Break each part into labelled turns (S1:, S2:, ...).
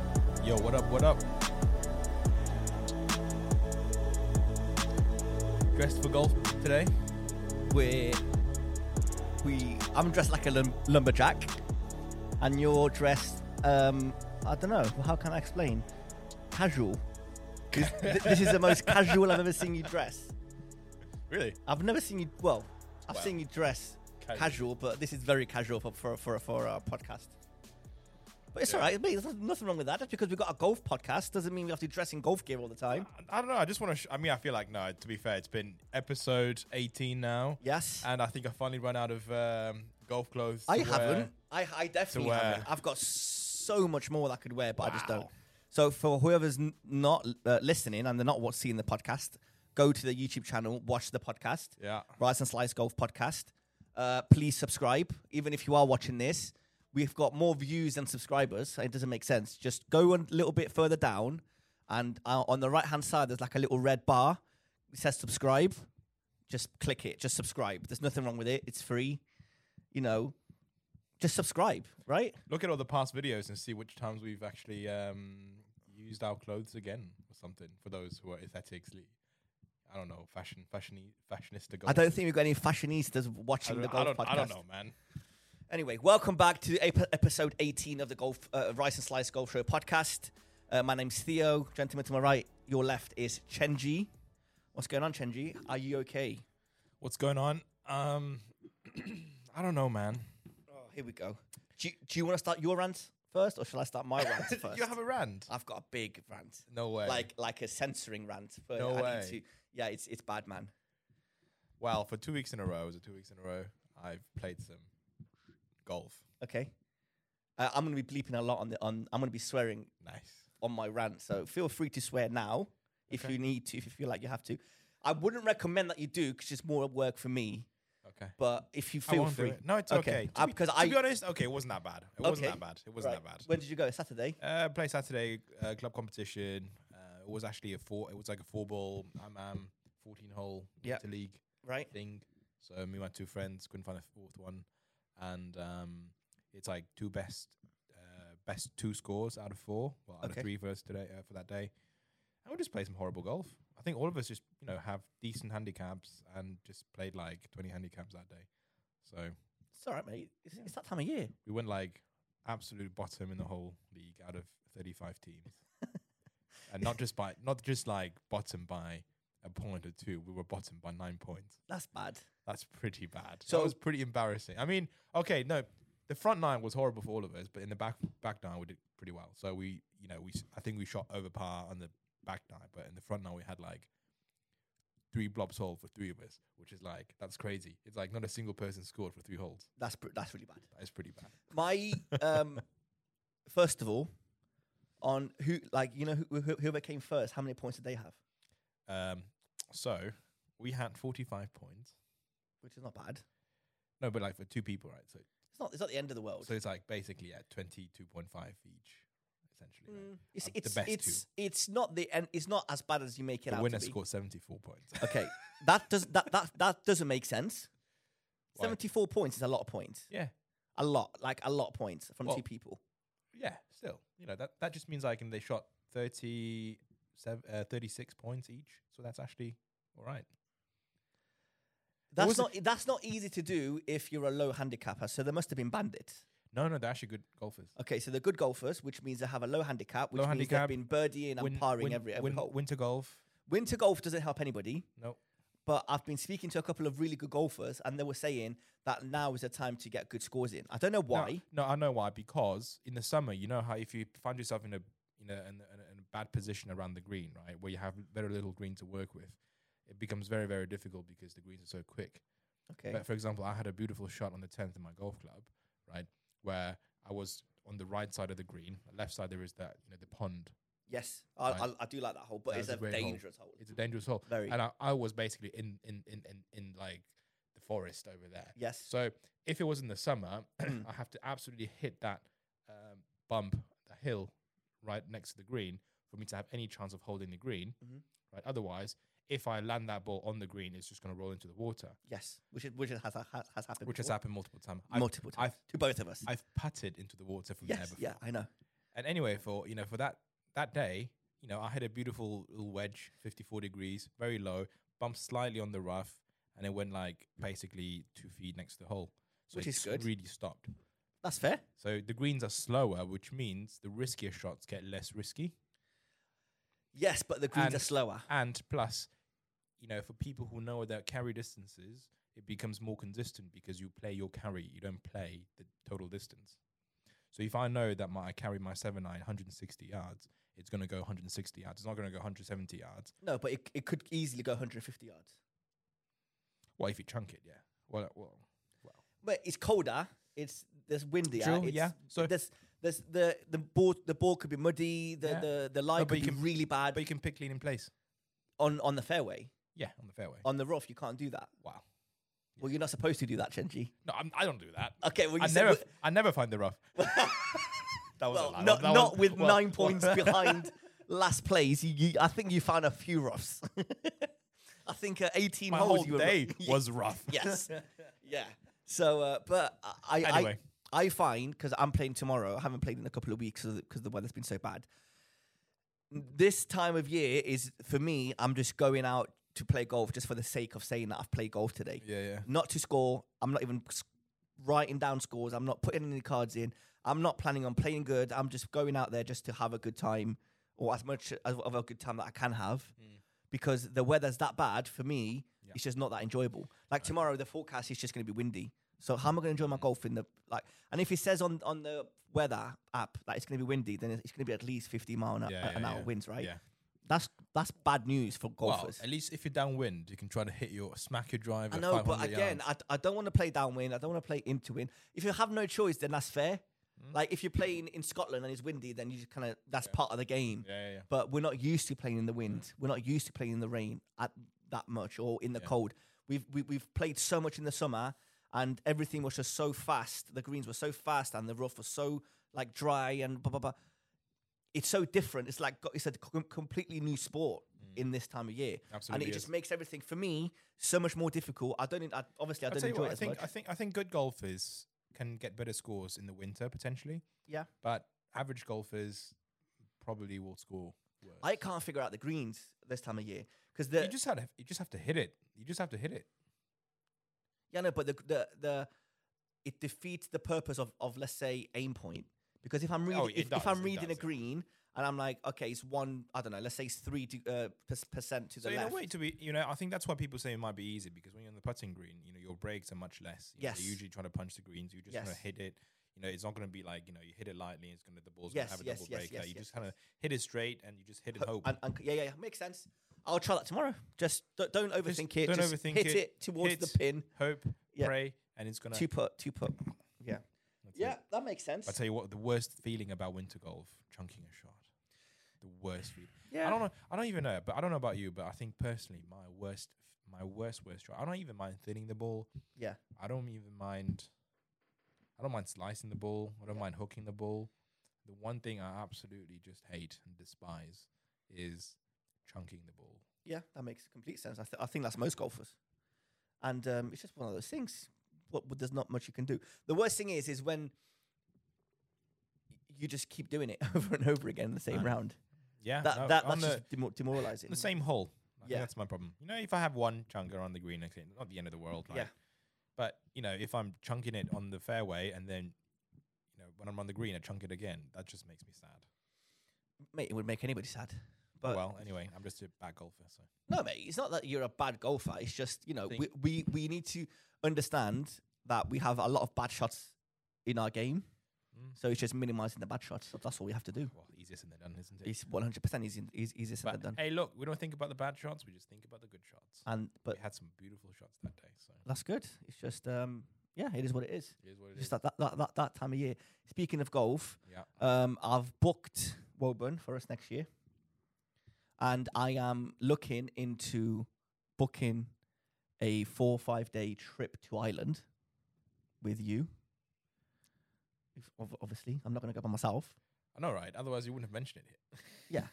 S1: What up? What up? Dressed for golf today?
S2: We're we. I'm dressed like a lum- lumberjack, and you're dressed. Um, I don't know. How can I explain? Casual. 'Cause th- this is the most casual I've ever seen you dress.
S1: Really?
S2: I've never seen you. Well, I've
S1: Wow.
S2: seen you dress
S1: Casual.
S2: casual. but this is very casual for for for, for our podcast. But it's
S1: Yeah.
S2: all right. Mate, there's nothing wrong with that. Just because we've got a golf podcast doesn't mean we have to dress in golf gear all the time.
S1: I don't know. I just want to. Sh- I mean, I feel like no. To be fair, it's been episode 18 now.
S2: Yes.
S1: And I think I finally run out of um, golf clothes.
S2: I
S1: to wear.
S2: haven't. I, I definitely
S1: wear.
S2: haven't. I've got so much more that I could wear, but I just
S1: Wow.
S2: don't. So for whoever's n- not uh, listening and they're not wa- seeing the podcast, go to the YouTube channel, watch the podcast,
S1: Yeah.
S2: Rise and Slice Golf Podcast. Uh, please subscribe, even if you are watching this. We've got more views than subscribers. It doesn't make sense. Just go a little bit further down, and uh, on the right hand side, there's like a little red bar. It says subscribe. Just click it. Just subscribe. There's nothing wrong with it. It's free. You know, just subscribe, right?
S1: Look at all the past videos and see which times we've actually um, used our clothes again or something for those who are aesthetically. I don't know, fashion, fashiony, fashionista.
S2: I don't think we've got any fashionistas
S1: I
S2: watching
S1: don't,
S2: the
S1: I
S2: golf
S1: don't,
S2: podcast.
S1: I don't know, man.
S2: Anyway, welcome back to ep- episode 18 of the Golf uh, Rice and Slice Golf Show podcast. Uh, my name's Theo. Gentleman to my right, your left is Chenji. What's going on, Chenji? Are you okay?
S1: What's going on? Um, I don't know, man.
S2: Oh, here we go. Do you, do you want to start your rant first, or shall I start my rant first?
S1: you have a rant?
S2: I've got a big rant,
S1: No way.
S2: like like a censoring rant. But
S1: No
S2: I
S1: way.
S2: Need to, yeah, it's it's bad, man.
S1: well, for two weeks in a row, was it two weeks in a row? I've played some golf.
S2: Okay, uh, I'm gonna be bleeping a lot on the on. I'm gonna be swearing
S1: Nice.
S2: on my rant. So feel free to swear now if
S1: Okay.
S2: you need to, if you feel like you have to. I wouldn't recommend that you do because it's more work for me.
S1: Okay.
S2: But if you
S1: I
S2: feel
S1: won't do
S2: free,
S1: it. No, it's okay. To, be,
S2: Because
S1: to
S2: I
S1: be honest, okay, it wasn't that bad. It wasn't
S2: Okay.
S1: that bad. It wasn't
S2: right.
S1: that bad.
S2: When did you go? Saturday.
S1: Uh, play Saturday uh, club competition. Uh, it was actually a four. It was like a four ball, um, um fourteen hole
S2: Yep.
S1: winter league
S2: Right.
S1: thing. So me and my two friends couldn't find a fourth one, and um, it's like two best uh, best two scores out of four. Well, out
S2: Okay.
S1: of three for us today uh, for that day, and we just played some horrible golf. I think all of us just you know have decent handicaps and just played like twenty handicaps that day. So
S2: It's all right, mate. It's, it's that time of year.
S1: we went like absolute bottom in the whole league out of 35 teams. and not just by not just like bottom by a point or two. We were bottom by 9 points.
S2: That's bad.
S1: That's pretty bad. So
S2: So-
S1: that was pretty embarrassing. I mean, okay, no. The front nine was horrible for all of us, but in the back back nine we did pretty well. So we, you know, we s- I think we shot over par on the back nine, but in the front nine we had like three blobs hole for three of us, which is like that's crazy. It's like not a single person scored for three holes.
S2: That's br- that's really bad.
S1: That is pretty bad.
S2: My um, first of all, on who like you know who, who, whoever came first, how many points did they have?
S1: Um, so we had 45 points.
S2: Which is not bad.
S1: No, but like for two people, right? So,
S2: It's not. It's not the end of the world.
S1: so it's like basically at 22.5 each, essentially. right?
S2: Mm, it's
S1: Um, the
S2: it's
S1: best two.
S2: it's it's not the end. It's not as bad as you make it
S1: The
S2: out.
S1: winner
S2: to be.
S1: scored 74 points.
S2: Okay, that does that that that doesn't make sense.
S1: Why?
S2: Seventy-four points is a lot of points.
S1: yeah,
S2: A lot, like a lot of points from
S1: Well-
S2: two people.
S1: yeah, still. You know, that, that just means like and they shot 30, uh, 36 points each. So that's actually all right.
S2: That's
S1: was a-
S2: not that's not easy to do if you're a low handicapper. So there must have been bandits.
S1: No, no, they're actually good golfers.
S2: Okay, so they're good golfers, which means they have a low handicap, which
S1: Low
S2: means
S1: handicap,
S2: they've been birdieing and
S1: Win-
S2: parring
S1: win-
S2: every every
S1: win-
S2: hole.
S1: Winter golf.
S2: Winter golf doesn't help anybody.
S1: No.
S2: But I've been speaking to a couple of really good golfers, and they were saying that now is the time to get good scores in. I don't know
S1: No,
S2: why.
S1: No, I know why. Because in the summer, you know how if you find yourself in a in a, in a, in a bad position around the green, right, where you have very little green to work with, it becomes very very difficult because the greens are so quick.
S2: Okay,
S1: But for example, I had a beautiful shot on the tenth in my golf club, right, where I was on the right side of the green. The left side there is that you know the pond.
S2: yes, I,
S1: Right.
S2: I, I do like that hole, but
S1: That
S2: it's
S1: was
S2: a
S1: a great hole.
S2: dangerous hole.
S1: It's a dangerous hole,
S2: Very.
S1: and I, I was basically in in in in, in like the forest over there.
S2: Yes.
S1: So if it was in the summer, I have to absolutely hit that um, bump, the hill right next to the green for me to have any chance of holding the green.
S2: Mhm.
S1: Right. Otherwise, if I land that ball on the green, it's just going to roll into the water,
S2: Yes, which is, which has has, has happened.
S1: which has
S2: before.
S1: happened multiple times.
S2: multiple times
S1: I've,
S2: to both of us.
S1: I've putted into the water from there
S2: yes,
S1: before.
S2: yeah, I know.
S1: And anyway, for you know, for that that day, you know, I had a beautiful little wedge, 54 degrees, very low, bumped slightly on the rough, and it went like basically two feet next to the hole. So
S2: Which
S1: it
S2: is good.
S1: really stopped.
S2: That's fair.
S1: So the greens are slower, which means the riskier shots get less risky.
S2: Yes, but the greens
S1: And-
S2: are slower.
S1: And plus, you know, for people who know their carry distances, it becomes more consistent because you play your carry, you don't play the total distance. So if I know that my I carry my seven nine 160 yards, it's going to go 160 yards. It's not going to go 170 yards.
S2: No, but it, it could easily go 150 yards.
S1: Well, if you chunk it, yeah. Well, uh, well,
S2: But it's colder. It's there's windier.
S1: True,
S2: it's,
S1: yeah. So-
S2: there's there's the the ball the ball could be muddy. The
S1: Yeah.
S2: the, the line
S1: No, but
S2: could
S1: you
S2: be
S1: can-
S2: really bad
S1: but you can pick lean in place.
S2: on on the fairway.
S1: Yeah, on the fairway.
S2: On the rough, you can't do that.
S1: wow.
S2: Well, you're not supposed to do that, Chenji.
S1: No, I'm, I don't do that.
S2: Okay, well you
S1: I
S2: said
S1: never, I never find the rough. That was a
S2: well,
S1: lie.
S2: not,
S1: That was-
S2: not with
S1: well,
S2: nine
S1: well,
S2: points behind last place. You, you, I think you found a few roughs. I think uh, 18
S1: My
S2: holes
S1: whole
S2: you were
S1: day was rough.
S2: yes. yeah. So, uh, but I, I-
S1: Anyway.
S2: I, I find because I'm playing tomorrow. I haven't played in a couple of weeks because the weather's been so bad. This time of year is for me. I'm just going out to play golf just for the sake of saying that I've played golf today.
S1: Yeah, yeah.
S2: Not to score. I'm not even s- writing down scores. I'm not putting any cards in. I'm not planning on playing good. I'm just going out there just to have a good time or as much as of a good time that I can have
S1: Hmm.
S2: because the weather's that bad for me. It's just not that enjoyable. Like tomorrow, the forecast is just going to be windy. So
S1: Hmm.
S2: how am I going to enjoy my golf in the like? And if it says on on the weather app that it's going to be windy, then it's going to be at least 50 mile an,
S1: Yeah,
S2: an
S1: yeah,
S2: hour
S1: yeah.
S2: winds, right?
S1: Yeah.
S2: That's that's bad news for
S1: Well,
S2: golfers.
S1: at least if you're downwind, you can try to hit your smack your drive.
S2: I
S1: at
S2: know, but
S1: 500
S2: again,
S1: yards.
S2: I, I don't want to play downwind. I don't want to play into wind. If you have no choice, then that's fair. Like if you're playing in Scotland and it's windy, then you just kind of that's part of the game.
S1: Mm. yeah, Mm. yeah, yeah.
S2: But we're not used to playing in the wind. We're not used to playing in the rain at that much or in the cold. We've we, we've played so much in the summer, and everything was just so fast. The greens were so fast, and the rough was so like dry and blah blah blah. It's so different. It's like go- it's a com- completely new sport in this time of year,
S1: Mm. Absolutely
S2: and it
S1: is.
S2: just makes everything for me so much more difficult. I don't en- I, obviously I
S1: I'll
S2: don't
S1: tell you
S2: enjoy
S1: what,
S2: it
S1: I
S2: as
S1: think
S2: much.
S1: I think I think good golfers can get better scores in the winter potentially,
S2: yeah,
S1: but average golfers probably will score worse.
S2: I can't figure out the greens this time of year because the
S1: you just have to, you just have to hit it. You just have to hit it.
S2: Yeah, no, but the the, the it defeats the purpose of, of let's say aim point because if I'm reading
S1: Oh, it
S2: if, if
S1: does,
S2: I'm
S1: it
S2: reading a
S1: does, yeah.
S2: green and I'm like okay it's one I don't know let's say it's three to, uh, per- percent to the
S1: So in
S2: left
S1: a way, to be you know, I think that's why people say it might be easy because when you're on the putting green, you know, your breaks are much less. You know,
S2: Yes.
S1: you're usually trying to punch the greens. You're just going
S2: Yes.
S1: to hit it. You know, it's not going to be like you know you hit it lightly. It's going to the ball's going
S2: Yes,
S1: to have a
S2: yes,
S1: double
S2: yes,
S1: break.
S2: yes,
S1: like, you
S2: yes,
S1: just kind of hit it straight and you just hit it hope.
S2: and, and- yeah yeah yeah makes sense I'll try that tomorrow just don't, don't
S1: Just
S2: overthink it
S1: don't
S2: just
S1: overthink
S2: hit
S1: it.
S2: it, towards
S1: Hit,
S2: the pin
S1: Hope,
S2: Yeah.
S1: pray, and it's going to
S2: two put two put yeah
S1: That's
S2: yeah
S1: it.
S2: that makes sense
S1: I tell you what, the worst feeling about winter golf, chunking a shot. The worst feeling.
S2: yeah
S1: I don't know. I don't even know. But I don't know about you. But I think personally, my worst, my worst, worst shot. I don't even mind thinning the ball.
S2: yeah
S1: I don't even mind. I don't mind slicing the ball. I don't mind hooking the ball. The one thing I absolutely just hate and despise is chunking the ball.
S2: Yeah, that makes complete sense. I, th- I think that's most golfers, and um, it's just one of those things. What, what there's not much you can do. The worst thing is, is when you just keep doing it over and over again in the same
S1: Right.
S2: round.
S1: Yeah,
S2: That,
S1: no,
S2: that
S1: on
S2: that's
S1: the,
S2: just demor- demoralizing.
S1: the same hole. I think
S2: Yeah.
S1: that's my problem. You know, if I have one chunker on the green, okay, not the end of the world. Like,
S2: Yeah.
S1: But you know, if I'm chunking it on the fairway and then, you know, when I'm on the green, I chunk it again. That just makes me sad.
S2: mate. It would make anybody sad.
S1: Oh,
S2: But
S1: well, anyway, I'm just a bad golfer. So
S2: No, mate, it's not that you're a bad golfer. It's just, you know,
S1: Think-
S2: we, we, we need to understand that we have a lot of bad shots in our game.
S1: Mm.
S2: So it's just minimizing the bad shots. That's all we have to do.
S1: well, easier said than done, isn't it?
S2: It's 100% easy, easy, easier said
S1: but
S2: than done.
S1: hey, look, we don't think about the bad shots. We just think about the good shots.
S2: And, but
S1: we had some beautiful shots that day. So
S2: that's good. It's just, um, yeah, it is what it is.
S1: it is what it
S2: It's
S1: is.
S2: just that, that, that, that, that time of year. Speaking of golf,
S1: Yeah.
S2: um, I've booked Woburn for us next year. And I am looking into booking a four or five day trip to Ireland with you. If, ob- obviously, I'm not going to go by myself.
S1: I know, right? Otherwise, you wouldn't have mentioned it. Here.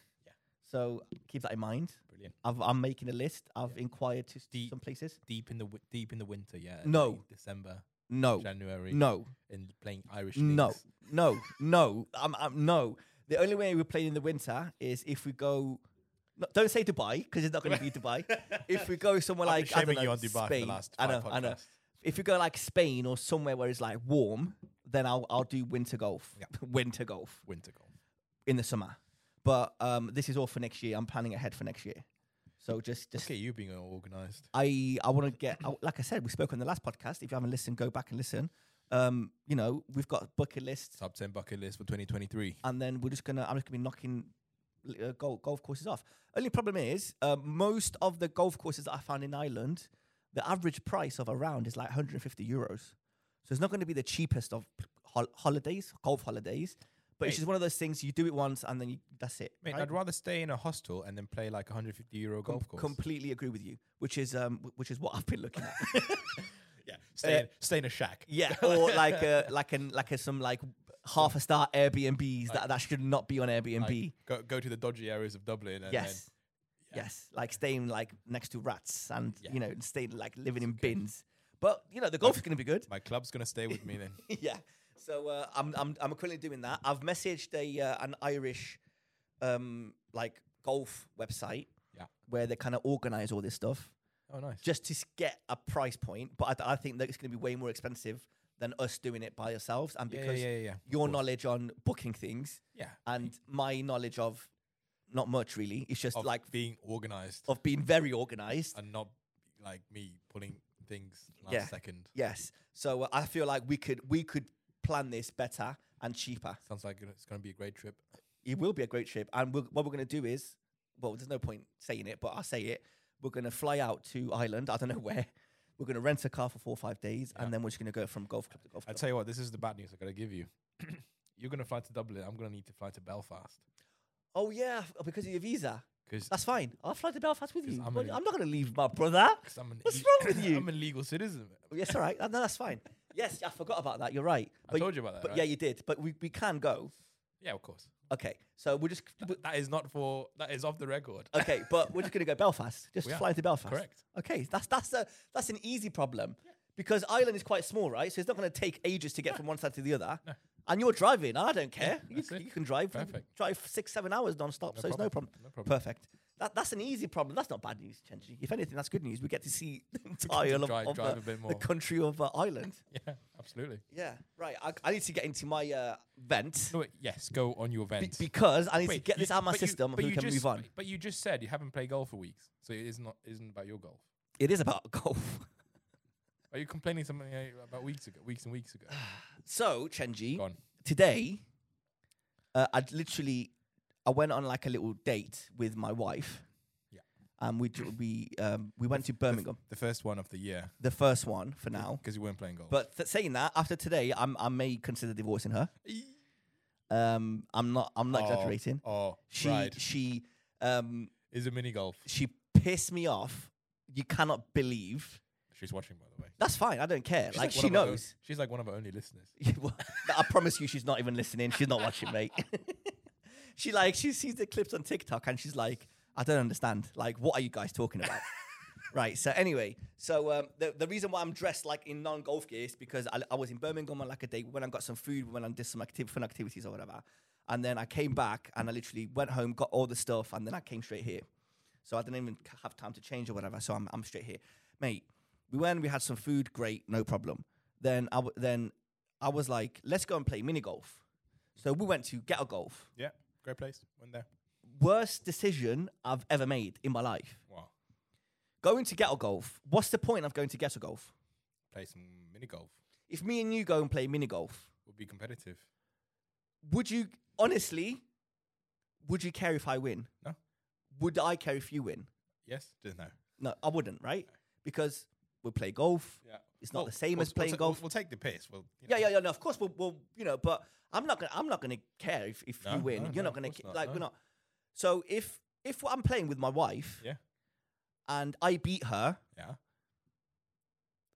S2: So keep that in mind.
S1: Brilliant.
S2: I've, I'm making a list. I've inquired to s-
S1: The-
S2: some places.
S1: Deep in the wi- deep in the winter, yeah. early
S2: No.
S1: December,
S2: No,
S1: January,
S2: no,
S1: and playing Irish.
S2: no,
S1: leagues.
S2: no, no. I'm, I'm no. Th- The only way we're playing in the winter is if we go. No, don't say Dubai because it's not going to be Dubai. If we go somewhere
S1: I've been
S2: like I don't
S1: shaming
S2: know,
S1: you on Dubai for the
S2: Spain.
S1: last
S2: I know,
S1: five
S2: I know.
S1: podcasts.
S2: If we go like Spain or somewhere where it's like warm, then I'll I'll do winter golf.
S1: Yeah.
S2: winter golf
S1: Winter golf.
S2: in the summer. But um, this is all for next year. I'm planning ahead for next year. So just just
S1: Okay, you being all organised.
S2: I I want to get I- like I said we spoke on the last podcast. If you haven't listened, go back and listen. Um, you know we've got bucket lists,
S1: Top ten bucket list for 2023.
S2: and then we're just gonna I'm just gonna be knocking li- uh, golf, golf courses off. Only problem is uh, most of the golf courses that I found in Ireland, the average price of a round is like 150 euros. So it's not going to be the cheapest of hol- holidays, golf holidays. But it's
S1: Mate.
S2: just one of those things you do it once and then you, that's it.
S1: Mate,
S2: right?
S1: I'd rather stay in a hostel and then play like 150 euro
S2: Com-
S1: golf course.
S2: Completely agree with you, which is um, w- which is what I've been looking at.
S1: yeah, stay,
S2: Uh,
S1: in, stay in a shack.
S2: Yeah, or like a like an like a, some like half a star Airbnbs that that should not be on Airbnb.
S1: Like, go go to the dodgy areas of Dublin. And
S2: yes,
S1: yeah.
S2: yes, like staying like next to rats and
S1: Yeah.
S2: you know staying like living in bins. But you know the golf is going to be good.
S1: Then my club's gonna stay with me then.
S2: yeah. So uh, I'm I'm I'm currently doing that. I've messaged a uh, an Irish um like golf website.
S1: Yeah.
S2: Where they kind of organize all this stuff
S1: Oh, nice.
S2: just to s- get a price point, but I, th- I think that it's going to be way more expensive than us doing it by ourselves. And
S1: Yeah, yeah,
S2: because
S1: yeah, yeah, of
S2: your
S1: course.
S2: knowledge on booking things
S1: yeah,
S2: and my knowledge of not much really, it's just
S1: of
S2: like
S1: like being organised
S2: of being very organized.
S1: and not like me pulling things last
S2: Yeah.
S1: second.
S2: Yes, so uh, I feel like we could we could plan this better and cheaper.
S1: Sounds like it's gonna be a great trip.
S2: It will be a great trip, and we'll, what we're going to do is well, there's no point saying it, but I'll say it. We're going to fly out to Ireland. I don't know where. We're going to rent a car for four or five days, and then we're just going to go from golf club to golf
S1: I
S2: club.
S1: tell you what, this is the bad news I gotta give you. You're gonna fly to Dublin. I'm gonna need to fly to Belfast
S2: Oh yeah, f- because of your visa.
S1: because
S2: That's fine. I'll fly to Belfast with
S1: 'Cause
S2: you.
S1: I'm
S2: I'm,
S1: an-
S2: I'm not going to leave my brother.
S1: I'm an
S2: What's
S1: ille-
S2: wrong with you?
S1: I'm a legal citizen.
S2: Yes, all right. No, that's fine. Yes, I forgot about that. You're right.
S1: I told you about that,
S2: But
S1: right?
S2: yeah, you did. But we, we can go.
S1: Yeah, of course.
S2: Okay, so we're just we-
S1: That is not for. That is off the record.
S2: okay, but we're just going to go Belfast. Just
S1: We are.
S2: fly to Belfast.
S1: Correct.
S2: Okay, that's that's a that's an easy problem because Ireland is quite small, right? So it's not going to take ages to get from one side to the other. And you're driving. I don't care. you,
S1: that's
S2: c-
S1: it.
S2: you can drive. you can
S1: Perfect.
S2: Drive six seven hours non-stop, so it's no problem.
S1: No problem.
S2: Perfect. That, that's an easy problem. That's not bad news, Chenji. If anything, that's good news. We get to see the entire of,
S1: drive-
S2: of,
S1: drive
S2: uh,
S1: a bit
S2: the
S1: more.
S2: country of uh, Ireland.
S1: Yeah, absolutely.
S2: Yeah, right. I, I need to get into my uh, vent
S1: No, wait, yes, go on your
S2: be-
S1: vent.
S2: because I need to
S1: Wait,
S2: get
S1: you-
S2: this out of my
S1: but you-
S2: system.
S1: but
S2: so we
S1: you
S2: can
S1: just-
S2: move on.
S1: But you just said you haven't played golf for weeks, so it is not isn't about your golf.
S2: It is about golf.
S1: Are you complaining something uh, about weeks ago, weeks and weeks ago?
S2: So, Chenji,
S1: Go on.
S2: today, uh, I literally, I went on like a little date with my wife.
S1: Yeah.
S2: And we dr- we um, we went to Birmingham,
S1: The first one of the year
S2: the first one for now.
S1: because you weren't playing golf.
S2: But th- saying that, after today, I'm, I may consider divorcing her.
S1: E-
S2: Um, I'm not I'm not
S1: Oh,
S2: exaggerating.
S1: Oh,
S2: She
S1: right.
S2: she um
S1: Is a mini golf.
S2: she pissed me off. You cannot believe.
S1: She's watching, by the way.
S2: That's fine. I don't care.
S1: She's
S2: like
S1: one
S2: she
S1: of our own-
S2: knows.
S1: she's like one of our only listeners.
S2: Yeah, well, I promise you, she's not even listening. She's not watching, mate. she like she sees the clips on TikTok and she's like, I don't understand. Like, what are you guys talking about? right. So anyway, so um, the the reason why I'm dressed like in non golf gear is because I, I was in Birmingham on like a day when I got some food, when I did some activ- fun activities or whatever, and then I came back and I literally went home, got all the stuff, and then I came straight here. So I didn't even c- have time to change or whatever. So I'm, I'm straight here, mate. We went, we had some food, great, no problem. Then I w- then I was like, let's go and play mini golf. So we went to get a golf.
S1: Yeah, great place. Went there.
S2: Worst decision I've ever made in my life.
S1: Wow.
S2: Going to get a golf. What's the point of going to get a golf?
S1: Play some mini golf.
S2: If me and you go and play mini golf,
S1: Would be competitive.
S2: would you honestly? Would you care if I win?
S1: No.
S2: Would I care if you win?
S1: Yes. Don't know.
S2: No, I wouldn't, right? Because we play golf.
S1: Yeah.
S2: It's not the same as playing
S1: ta-
S2: golf.
S1: We'll, we'll take the piss. We'll, you
S2: Yeah,
S1: know.
S2: yeah, yeah. No, of course we'll, we'll you know, but I'm not gonna, I'm not gonna care if, if
S1: No,
S2: you win.
S1: no,
S2: You're
S1: no,
S2: not gonna
S1: of course
S2: ca-
S1: not,
S2: like
S1: no.
S2: we're not. So if if I'm playing with my wife,
S1: Yeah.
S2: and I beat her,
S1: Yeah.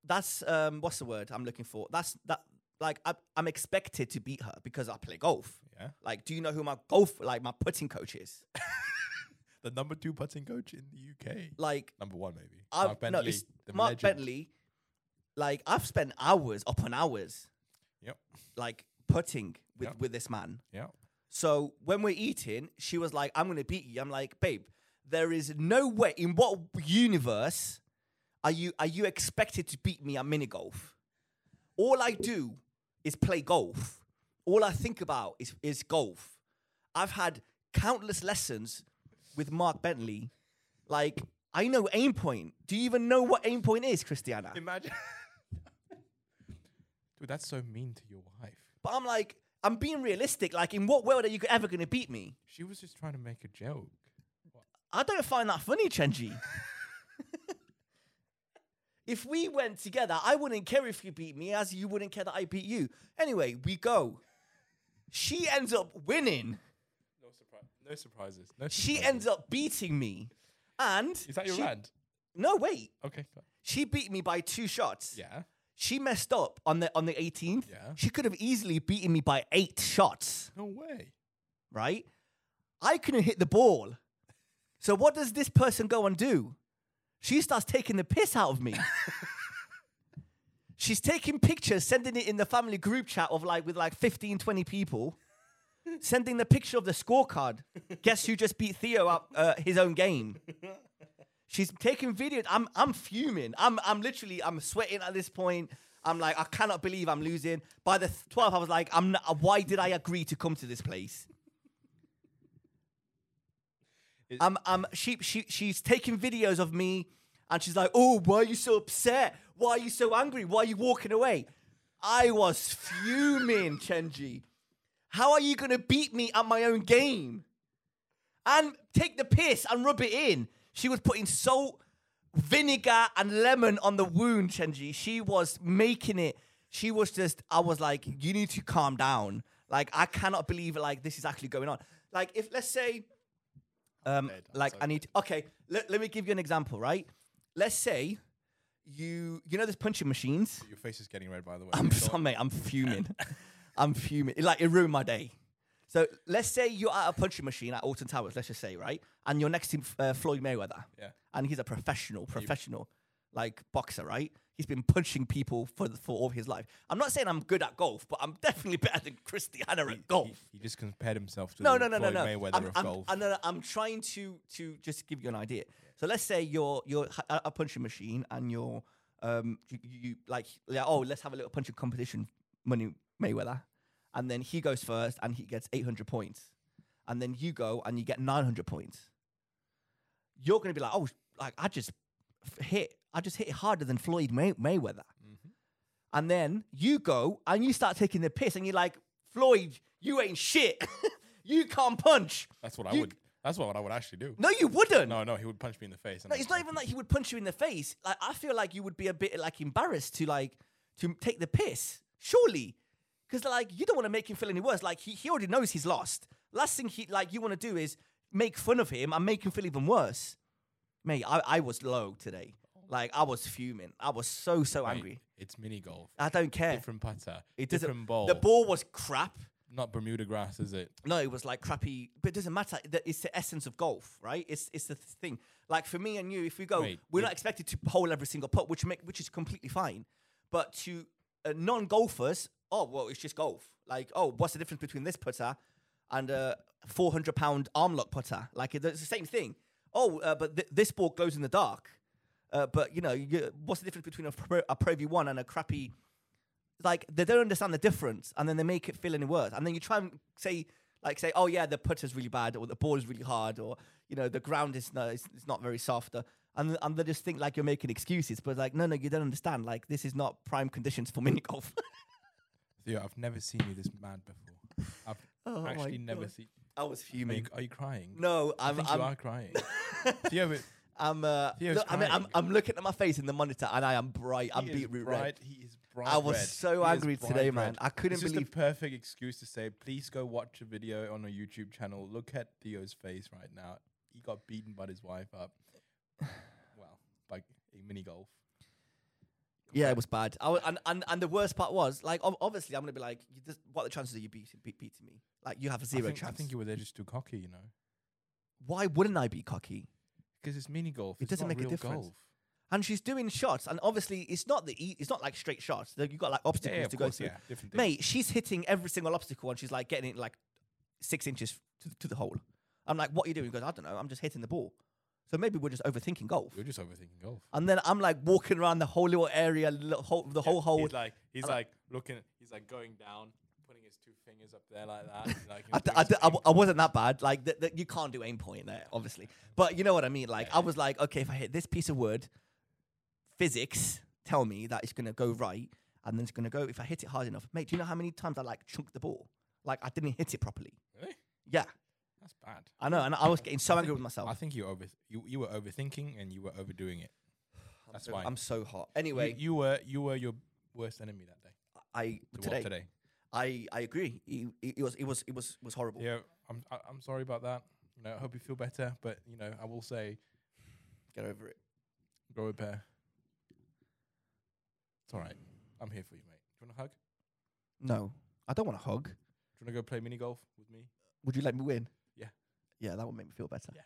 S2: that's um, what's the word I'm looking for? That's that. Like I, I'm expected to beat her because I play golf.
S1: Yeah.
S2: Like, do you know who my golf, like my putting coach is?
S1: The number two putting coach in the UK.
S2: Like,
S1: Number one, maybe.
S2: I've
S1: Mark Bentley.
S2: no, it's
S1: the
S2: Mark
S1: legend.
S2: Bentley. Like, I've spent hours upon hours,
S1: Yep.
S2: like putting with
S1: Yep.
S2: with this man.
S1: Yeah.
S2: So when we're eating, she was like, I'm going to beat you. I'm like, babe, there is no way. In what universe are you, are you expected to beat me at mini golf? All I do is play golf. All I think about is, is golf. I've had countless lessons with Mark Bentley. Like, I know aim point. Do you even know what aim point is, Christiana?
S1: Imagine. Dude, that's so mean to your wife.
S2: But I'm like, I'm being realistic. Like, in what world are you ever going to beat me?
S1: She was just trying to make a joke.
S2: I don't find that funny, Chenji. if we went together, I wouldn't care if you beat me, as you wouldn't care that I beat you. Anyway, we go. She ends up winning.
S1: No surprise. No surprises. No
S2: She
S1: surprises.
S2: ends up beating me. And
S1: Is that your
S2: she-
S1: rant?
S2: No, wait.
S1: Okay. cool.
S2: She beat me by two shots.
S1: Yeah.
S2: She messed up on the on the 18th.
S1: Yeah.
S2: She could have easily beaten me by eight shots.
S1: No way.
S2: right? I couldn't hit the ball. So what does this person go and do? She starts taking the piss out of me. She's taking pictures, sending it in the family group chat of like with like 15, 20 people, sending the picture of the scorecard. Guess who just beat Theo up uh, his own game? She's taking videos. I'm I'm fuming. I'm I'm literally I'm sweating at this point. I'm like I cannot believe I'm losing. By the 12th, I was like, I'm not, why did I agree to come to this place? um, um, she, she, she's taking videos of me and she's like, oh, why are you so upset? Why are you so angry? Why are you walking away? I was fuming, Chenji. How are you going to beat me at my own game? And take the piss and rub it in. She was putting salt, vinegar, and lemon on the wound, Chenji. She was making it. She was just, I was like, you need to calm down. Like, I cannot believe, like, this is actually going on. Like, if, let's say, um,
S1: dead. I'm
S2: like
S1: so
S2: I need. Okay, let, let me give you an example. Right, let's say you you know there's punching machines.
S1: Your face is getting red, by the way. Go
S2: I'm
S1: on.
S2: sorry, mate. I'm fuming. I'm fuming. It, like it ruined my day. So let's say you're at a punching machine at Alton Towers. Let's just say right, and you're next to uh, Floyd Mayweather,
S1: Yeah.
S2: and he's a professional, professional like boxer, right? He's been punching people for for all his life. I'm not saying I'm good at golf, but I'm definitely better than Christiana at golf.
S1: He, he just compared himself to
S2: No,
S1: the
S2: no, no, no,
S1: Floyd
S2: no.
S1: Mayweather
S2: I'm,
S1: of
S2: I'm,
S1: golf.
S2: I'm, no, no, I'm trying to to just give you an idea. So let's say you're you're h- at a punching machine and you're um you, you you, like yeah oh let's have a little punching competition money Mayweather, and then he goes first and he gets 800 points, and then you go and you get 900 points. You're gonna be like oh like I just f- hit I just hit it harder than Floyd May- Mayweather. And then you go and you start taking the piss and you're like, Floyd, you ain't shit. you can't punch.
S1: that's what I
S2: you-
S1: would. That's what I would actually do.
S2: No, you wouldn't.
S1: No, no, he would punch me in the face. and
S2: No,
S1: I'd
S2: it's not
S1: punch
S2: even
S1: him.
S2: like he would punch you in the face. Like I feel like you would be a bit like embarrassed to like to take the piss. Surely, because like you don't want to make him feel any worse. Like he, he already knows he's lost. Last thing he like you want to do is make fun of him and make him feel even worse. Mate, I, I was low today. Like I was fuming. I was so so
S1: Mate,
S2: angry.
S1: It's mini golf.
S2: I don't care.
S1: Different putter.
S2: It doesn't-
S1: different ball.
S2: The ball was crap.
S1: Not Bermuda grass, is it?
S2: No, it was like crappy, but it doesn't matter. The- It's the essence of golf, right? It's it's the thing. Like for me and you, if we go,
S1: Wait,
S2: we're
S1: you-
S2: not expected to hole every single putt, which make which is completely fine. But to uh, non golfers, oh well, it's just golf. Like oh, what's the difference between this putter and a four hundred pound arm lock putter? Like it- it's the same thing. Oh, uh, but th- this ball glows in the dark. Uh, but you know, you, what's the difference between a pro, a pro V one and a crappy like they don't understand the difference and then they make it feel any worse and then you try and say like say oh yeah the putter's really bad or the ball is really hard or you know the ground is no it's, it's not very soft or, and and they just think like you're making excuses but like no no you don't understand like this is not prime conditions for mini golf
S1: Theo, I've never seen you this mad before. I've
S2: Oh my
S1: actually never
S2: God.
S1: seen.
S2: I was
S1: Are you,
S2: fuming
S1: are you crying?
S2: no
S1: I
S2: I'm
S1: think
S2: I'm,
S1: you are crying. Theo, but
S2: I'm uh,
S1: Theo's
S2: look, I mean I'm
S1: crying.
S2: I'm looking at my face in the monitor and I am bright I'm
S1: he is
S2: beetroot red
S1: bright. He is bright.
S2: I was
S1: red.
S2: so
S1: He is
S2: angry today,
S1: bright
S2: man.
S1: red.
S2: I couldn't
S1: This is the
S2: believe-
S1: perfect excuse to say, please go watch a video on a YouTube channel. Look at Theo's face right now. He got beaten by his wife up. well, by a mini golf.
S2: Yeah, it was bad. I wa- and, and and the worst part was like ob- obviously I'm gonna be like, you just, what are the chances of you beating beat, beating me? Like you have zero
S1: I think,
S2: chance.
S1: I think you were there just too cocky, you know,
S2: Why wouldn't I be cocky?
S1: because it's mini golf.
S2: It
S1: it's
S2: doesn't
S1: not
S2: make a
S1: real
S2: difference.
S1: Golf.
S2: And she's doing shots, and obviously it's not the e- it's not like straight shots. Like, You got like obstacles
S1: Yeah, yeah, of
S2: to go
S1: course,
S2: through.
S1: yeah, different things.
S2: Mate, she's hitting every single obstacle, and she's like getting it like six inches to, to the hole. I'm like, what are you doing? He goes, I don't know. I'm just hitting the ball. So maybe we're just overthinking golf.
S1: You're just overthinking golf.
S2: And then I'm like walking around the whole little area, little whole, the whole hole.
S3: He's like he's
S2: I'm
S3: like looking. He's like going down, putting his two fingers up there like that. and, like,
S2: I,
S3: he's
S2: d-
S3: doing
S2: I, d- I,
S3: something.
S2: w- I wasn't that bad. Like th- th- you can't do aim point there, obviously. But you know what I mean. Like I was like, okay, if I hit this piece of wood, physics tell me that it's gonna go right, and then it's gonna go. If I hit it hard enough, mate, do you know how many times I like chunked the ball? Like I didn't hit it properly.
S1: Really?
S2: Yeah,
S1: That's bad.
S2: I know, and I was getting so
S1: I
S2: angry
S1: think-
S2: with myself.
S1: I think you over you, you were overthinking and you were overdoing it. That's
S2: so,
S1: fine.
S2: I'm so hot.
S1: You-
S2: Anyway,
S1: You, were you were your worst enemy that day.
S2: I
S1: The what
S2: today,
S1: today.
S2: I I agree. It, it it was it was it was was horrible.
S1: Yeah, I'm I, I'm sorry about that. You know, I hope you feel better, but you know, I will say
S2: Get over it.
S1: grow a pair. It's all right. I'm here for you, mate. Do you want a hug?
S2: No, I don't want to hug.
S1: Do you want to go play mini golf with me?
S2: Would you let me win?
S1: Yeah.
S2: Yeah, that would make me feel better.
S1: Yeah.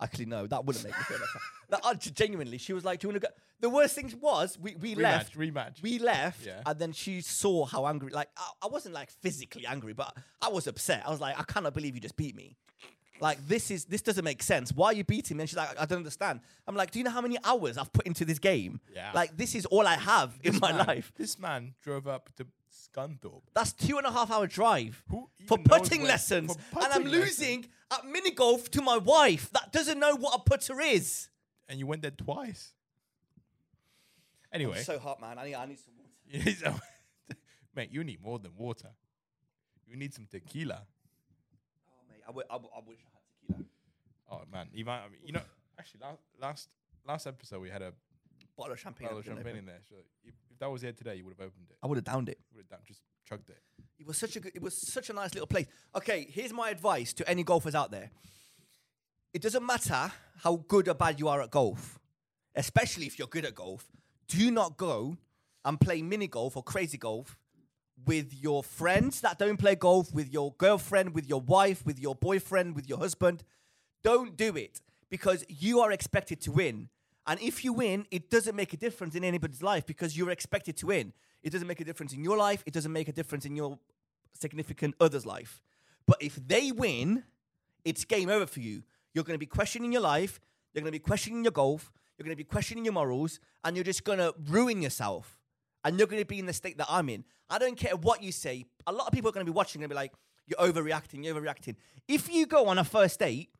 S2: Actually, no, that wouldn't make me feel better. That, uh, g- genuinely, she was like, "Do you want to go?" The worst thing was we, we left.
S1: Rematch, rematch.
S2: We left,
S1: Yeah.
S2: and then she saw how angry. Like I, I wasn't like physically angry, but I was upset. I was like, "I cannot believe you just beat me." Like this is this doesn't make sense. Why are you beating me? And she's like, "I don't understand." I'm like, "Do you know how many hours I've put into this game?
S1: Yeah.
S2: Like this is all I have in
S1: This
S2: my
S1: man-
S2: life.
S1: This man drove up to Scunthorpe.
S2: That's two and a half hour drive
S1: Who
S2: for
S1: even knows
S2: putting
S1: where-
S2: lessons,
S1: for
S2: and I'm
S1: putting lessons.
S2: losing at mini golf to my wife that doesn't know what a putter is.
S1: and you went there twice. Anyway,
S2: So hot, man. I need, I need some water.
S1: mate, you need more than water. You need some tequila.
S2: Oh, mate, I, w- I, w- I wish I had tequila.
S1: Oh man, you might. I mean, you know, actually, last last last episode we had a
S2: Bottle of champagne.
S1: bottle
S2: I
S1: of
S2: didn't
S1: champagne
S2: open.
S1: in there. So if, if that was here today, you would have opened it.
S2: I would have downed it.
S1: Would have done, just chugged it.
S2: It was such a good, it was such a nice little place. Okay, here's my advice to any golfers out there. It doesn't matter how good or bad you are at golf, especially if you're good at golf. Do not go and play mini golf or crazy golf with your friends that don't play golf, with your girlfriend, with your wife, with your boyfriend, with your husband. Don't do it because you are expected to win. And if you win, it doesn't make a difference in anybody's life because you're expected to win. It doesn't make a difference in your life. It doesn't make a difference in your significant other's life. But if they win, it's game over for you. You're going to be questioning your life. You're going to be questioning your golf. You're going to be questioning your morals. And you're just going to ruin yourself. And you're going to be in the state that I'm in. I don't care what you say. A lot of people are going to be watching and be like, you're overreacting, you're overreacting. If you go on a first date,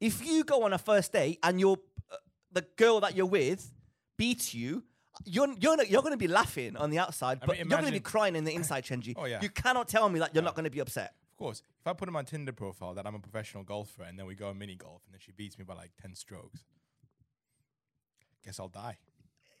S2: if you go on a first date and you're, uh, the girl that you're with beats you, you're, you're, not- you're going to be laughing on the outside, but
S1: mean,
S2: you're going to be
S1: imagine-
S2: crying in the inside, Chenji.
S1: Oh, yeah.
S2: You cannot tell me that you're not going to be upset.
S1: Of course, if I put on my Tinder profile that I'm a professional golfer, and then we go on mini golf, and then she beats me by like ten strokes, guess I'll die.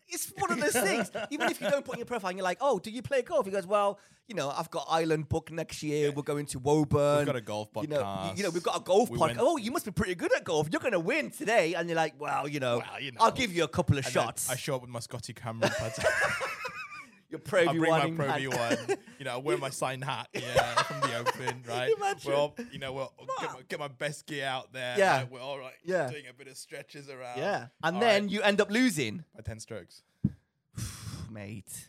S2: It's one of those things. Even if you don't put in your profile and you're like, oh, do you play golf? He goes, well, you know, I've got Ireland booked next year. We're going to Woburn.
S1: We've got a golf
S2: You know, y- you know,
S1: podcast.
S2: we've got a golf
S1: We
S2: podcast.
S1: went-
S2: Oh, you must be pretty good at golf. You're going to win today. And you're like, well, you know,
S1: Well, you
S2: I'll
S1: know.
S2: give you a couple of
S1: And then
S2: shots.
S1: I show up with my Scotty Cameron pads.
S2: Your Pro
S1: I bring
S2: V1
S1: my
S2: in
S1: Pro
S2: hand.
S1: V1. You know, I wear my signed hat. Yeah, from the open, right?
S2: Imagine.
S1: We're all, you know, we'll get my, get my best gear out there.
S2: Yeah.
S1: like, we're all right.
S2: Yeah.
S1: doing a bit of stretches around.
S2: yeah. And
S1: All
S2: then
S1: right,
S2: you end up losing.
S1: by ten strokes.
S2: mate.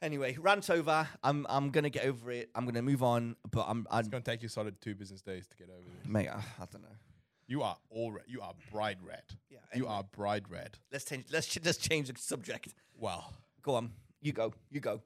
S2: Anyway, rant over. I'm I'm gonna get over it. I'm gonna move on, but I'm I
S1: It's gonna take you solid two business days to get over this.
S2: mate. I, I don't know.
S1: You are all re- you are bride red.
S2: Yeah,
S1: you
S2: anyway.
S1: are bride red.
S2: Let's change. Let's ch- let's change the subject.
S1: Well,
S2: Go on. You go. You go.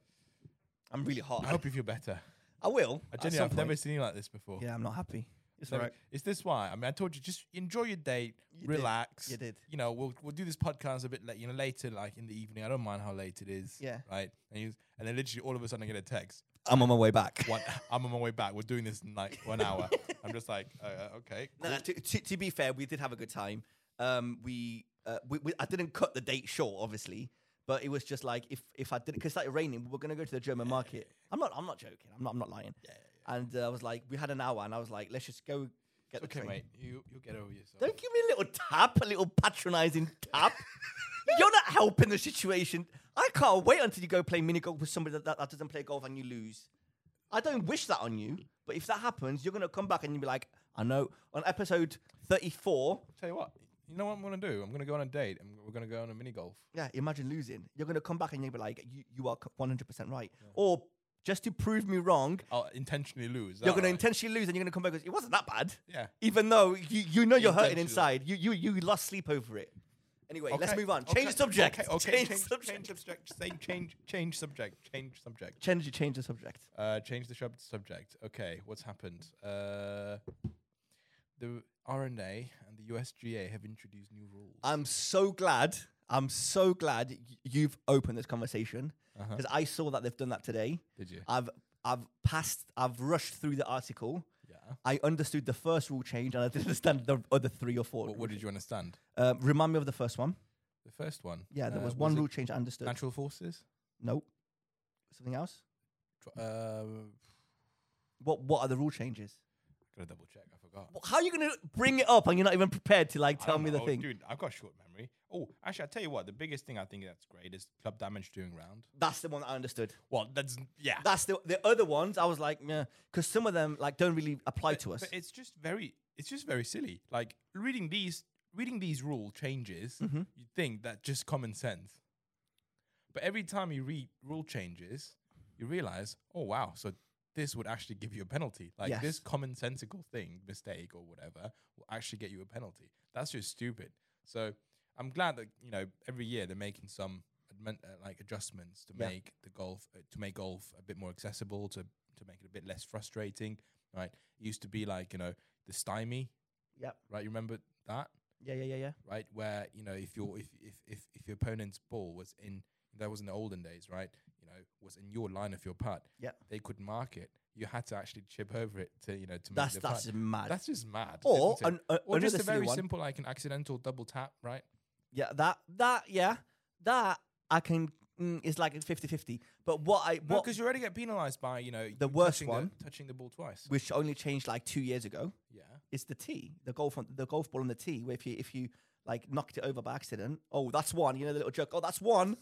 S2: I'm really hot.
S1: I hope you feel better.
S2: I will.
S1: I
S2: at
S1: genuinely,
S2: some
S1: I've
S2: point.
S1: never seen you like this before.
S2: Yeah, I'm not happy. It's
S1: Never-
S2: alright.
S1: Is this why? I mean, I told you just enjoy your date,
S2: did.
S1: relax.
S2: You did.
S1: You know, we'll we'll do this podcast a bit late, you know, later, like in the evening. I don't mind how late it is.
S2: Yeah.
S1: Right. And you, and then literally all of a sudden I get a text.
S2: I'm on my way back.
S1: One, I'm on my way back. We're doing this in like one hour. I'm just like, uh, okay.
S2: No, no, to, to, to be fair, we did have a good time. Um, we, uh, we, we I didn't cut the date short, obviously, but it was just like if if I didn't because it started raining, we were gonna go to the German market. I'm not I'm not joking. I'm not I'm not lying. And uh, I was like, we had an hour, and I was like, let's just go
S1: It's
S2: get the
S1: okay,
S2: train.
S1: mate. You you'll get over yourself.
S2: Don't give me a little tap, a little patronising tap. You're not helping the situation. I can't wait until you go play mini golf with somebody that, that, that doesn't play golf and you lose. I don't wish that on you, but if that happens, you're gonna come back and you'll be like, I know. On episode 34,
S1: Tell you what. You know what I'm gonna do? I'm gonna go on a date and we're gonna go on a mini golf.
S2: yeah, imagine losing. You're gonna come back and you'll be like, you, you are c- 100% right. Or just to prove me wrong.
S1: I'll intentionally lose. Is
S2: You're
S1: that
S2: going to
S1: right?
S2: intentionally lose and you're going to come back and go, it wasn't that bad.
S1: Yeah.
S2: Even though you, you know you're hurting
S1: Intentionally.
S2: inside. You, you, you lost sleep over it. Anyway, let's
S1: Okay,
S2: move on.
S1: okay,
S2: Change subject.
S1: Okay. Okay.
S2: change,
S1: Change
S2: subject.
S1: Change subject. Say change. Change subject. Change subject.
S2: Change, change the subject.
S1: Uh, change the shub- subject. Okay. What's happened? Uh, the RNA and the USGA have introduced new rules.
S2: I'm so glad. I'm so glad y- you've opened this conversation
S1: Uh-huh.
S2: because I saw that they've done that today.
S1: Did you?
S2: I've I've passed. I've rushed through the article.
S1: yeah.
S2: I understood the first rule change and I didn't understand the other three or four.
S1: What, what did you understand?
S2: Uh, remind me of the first one.
S1: The first one.
S2: Yeah, there
S1: uh,
S2: was one
S1: it
S2: rule change I understood.
S1: Natural forces.
S2: Nope. Something else?
S1: Tr- Uh,
S2: What What are the rule changes?
S1: gotta double check. I forgot.
S2: Wh- How are you going to bring it up and you're not even prepared to like
S1: I
S2: tell
S1: don't
S2: me the
S1: know,
S2: thing?
S1: Dude, I've got a short memory. Oh, actually, I'll tell you what. The biggest thing I think that's great is club damage during round.
S2: That's the one I understood.
S1: Well, that's yeah.
S2: That's the the other ones. I was like, yeah, because some of them like don't really apply to us.
S1: But it's just very, it's just very silly. Like reading these, reading these rule changes,
S2: Mm-hmm.
S1: you think that just common sense. But every time you read rule changes, you realize, oh wow, so this would actually give you a penalty. Like
S2: Yes.
S1: this commonsensical thing, mistake or whatever, will actually get you a penalty. That's just stupid. So I'm glad that you know every year they're making some admin, uh, like adjustments to
S2: Yeah.
S1: make the golf uh, to make golf a bit more accessible to to make it a bit less frustrating. Right, it used to be like you know the stymie.
S2: Yep.
S1: Right, you remember that?
S2: Yeah, yeah, yeah, yeah.
S1: right? Where you know if your if if if, if your opponent's ball was in that was in the olden days, right? You know, was in your line of your putt.
S2: Yep.
S1: they could mark it. You had to actually chip over it to you know to
S2: That's
S1: make the
S2: that's
S1: putt.
S2: just mad.
S1: That's just mad.
S2: Or
S1: isn't it?
S2: an- a-
S1: or just
S2: another
S1: a
S2: silly
S1: very
S2: one.
S1: simple like an accidental double tap, right?
S2: yeah, that that yeah, that I can. Mm, it's like 50-50. But what I
S1: No,
S2: what
S1: because you already get penalized by you know you
S2: worst
S1: touching
S2: one-
S1: touching the ball twice.
S2: which only changed like two years ago
S1: Yeah,
S2: is the tee, the golf on, the golf ball on the tee. Where if you if you like knocked it over by accident, oh that's one. You know the little joke. Oh that's one.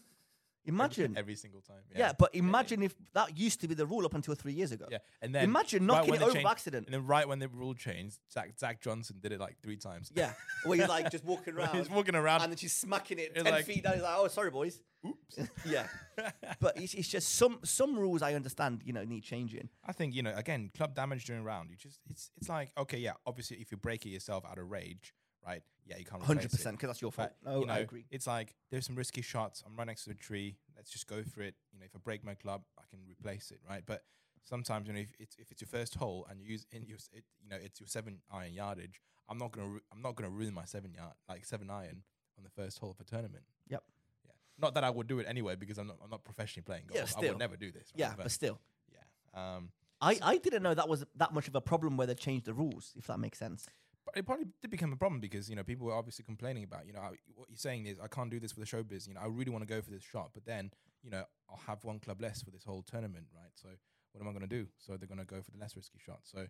S2: Imagine.
S1: every single time.
S2: Mm. yeah. but imagine if that used to be the rule up until three years ago.
S1: Yeah, and then
S2: Imagine knocking
S1: when
S2: it
S1: they
S2: over by accident.
S1: And then right when the rule changed, Zach Zach Johnson did it like three times.
S2: Yeah, where you're like just walking
S1: Where
S2: around.
S1: he's walking around.
S2: and then she's smacking it
S1: It's
S2: ten
S1: like-
S2: feet down. He's like, "Oh, sorry, boys."
S1: Oops.
S2: Yeah, but it's, it's just some some rules I understand. You know, need changing.
S1: I think you know again club damage during a round. You just it's it's like okay yeah obviously if you break it yourself out of rage right yeah you can't
S2: Hundred
S1: replace
S2: percent,
S1: it.
S2: because that's your fault.
S1: But,
S2: No,
S1: you know,
S2: I agree.
S1: It's like there's some risky shots. I'm right next to a tree. Let's just go for it. You know if I break my club I can replace it right. But sometimes you know if it's if it's your first hole and you use in your s- it, you know it's your seven iron yardage. I'm not gonna ru- I'm not gonna ruin my seven yard like seven iron on the first hole of a tournament.
S2: Yep.
S1: Yeah. Not that I would do it anyway because I'm not I'm not professionally playing golf.
S2: Yeah,
S1: I
S2: still.
S1: would never do this. right,
S2: Yeah, but,
S1: but
S2: still,
S1: yeah. Um.
S2: I, I didn't know that was that much of a problem where they changed the rules. If that makes sense.
S1: But it probably did become a problem because you know people were obviously complaining about you know I, what you're saying is I can't do this for the showbiz. You know I really want to go for this shot, but then you know I'll have one club less for this whole tournament, right? So what am I going to do? So they're going to go for the less risky shot. So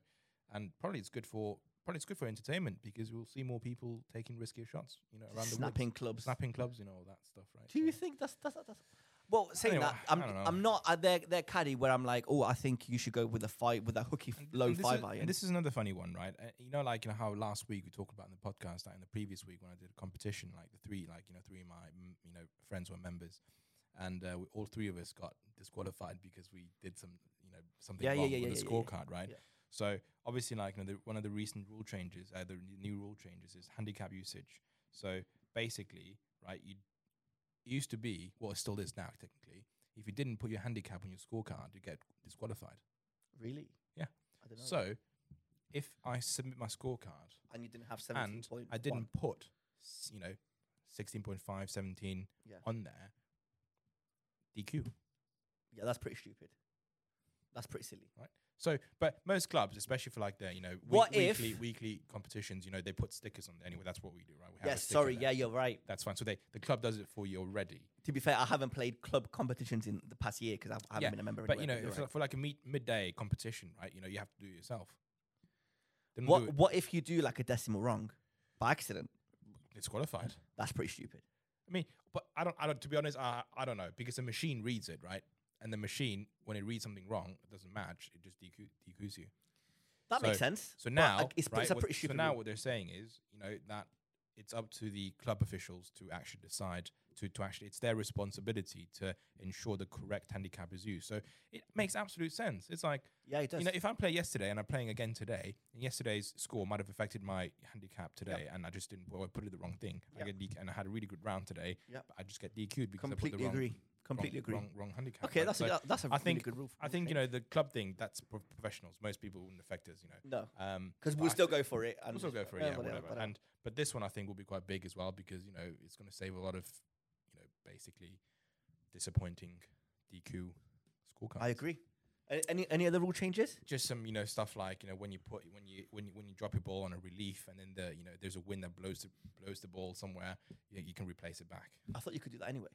S1: and probably it's good for probably it's good for entertainment because we'll see more people taking riskier shots, you know, around the
S2: Snapping
S1: woods.
S2: clubs.
S1: snapping clubs, you know all that stuff, right?
S2: Do you
S1: So-
S2: think that's that's that's? Well, saying
S1: Anyway,
S2: that,
S1: I
S2: I'm
S1: don't know.
S2: I'm not uh, their their caddy where I'm like, oh, I think you should go with a fight with a hooky f- low
S1: And this
S2: five
S1: is,
S2: iron.
S1: and this is another funny one, right? Uh, you know, like you know how last week we talked about in the podcast that in the previous week when I did a competition, like the three, like you know, three of my mm, you know friends were members, and uh, we, all three of us got disqualified because we did some you know something
S2: Yeah, yeah,
S1: wrong with
S2: yeah, yeah,
S1: the
S2: yeah, yeah, yeah.
S1: scorecard, right?
S2: Yeah.
S1: So obviously, like you know, the, one of the recent rule changes, uh, the n- new rule changes is handicap usage. So basically, right, you it used to be, well, it still is now technically. If you didn't put your handicap on your scorecard, you get disqualified.
S2: really?
S1: Yeah.
S2: I don't know.
S1: So, if I submit my scorecard
S2: and you didn't have seventeen
S1: and
S2: point
S1: I
S2: one.
S1: didn't put, s- you know, 16.5, 17
S2: Yeah.
S1: on there, DQ,
S2: Yeah, that's pretty stupid. That's pretty silly.
S1: right? So, but most clubs, especially for like their, you know, week,
S2: What if-
S1: weekly weekly competitions, you know, they put stickers on. there Anyway, that's what we do, right? We have a
S2: Yes,
S1: sticker
S2: sorry.
S1: there.
S2: Yeah, you're right.
S1: that's fine. So they the club does it for you already.
S2: To be fair, I haven't played club competitions in the past year because I haven't
S1: Yeah,
S2: been a member.
S1: But
S2: anywhere,
S1: you know,
S2: you're
S1: for,
S2: right.
S1: for like a meet, midday competition, right? You know, you have to do it yourself. Then we'll do
S2: what
S1: it.
S2: what if you do like a decimal wrong by accident?
S1: disqualified.
S2: That's pretty stupid.
S1: I mean, but I don't. I don't. To be honest, I I don't know because the machine reads it right, and the machine when it reads something wrong, it doesn't match. It just DQ, DQs you.
S2: That makes
S1: So-
S2: sense.
S1: So
S2: but,
S1: now
S2: like, it's,
S1: right,
S2: it's a
S1: what-
S2: pretty
S1: so
S2: stupid.
S1: now
S2: rule.
S1: what they're saying is, you know, that it's up to the club officials to actually decide to, to actually it's their responsibility to ensure the correct handicap is used. So it makes absolute sense. It's like
S2: Yeah, it does.
S1: you know, if I play yesterday and I'm playing again today, and yesterday's score might have affected my handicap today, and I just didn't well, I put it the wrong thing. I
S2: Yep.
S1: get DQ, and I had a really good round today,
S2: Yep.
S1: but I just get DQ'd because I put
S2: completely
S1: the wrong,
S2: agree.
S1: wrong-
S2: Completely agree.
S1: wrong, wrong handicap.
S2: Okay,
S1: right?
S2: that's a,
S1: So
S2: that- that's a
S1: I
S2: really
S1: think-
S2: good rule.
S1: I think you know the club thing. That's pro- professionals. Most people wouldn't affect us, you know.
S2: no,
S1: Um,
S2: because
S1: but
S2: we'll
S1: I
S2: still
S1: thi-
S2: go for it. And
S1: We'll still go for it,
S2: Yeah,
S1: yeah,
S2: whatever,
S1: whatever,
S2: whatever.
S1: And but this one I think will be quite big as well because you know it's going to save a lot of, you know, basically disappointing DQ scorecards.
S2: I agree. A- Any any other rule changes?
S1: Just some you know stuff like you know when you put when you when you, when you drop your ball on a relief and then the you know there's a wind that blows the blows the ball somewhere you, you can replace it back.
S2: I thought you could do that anyway.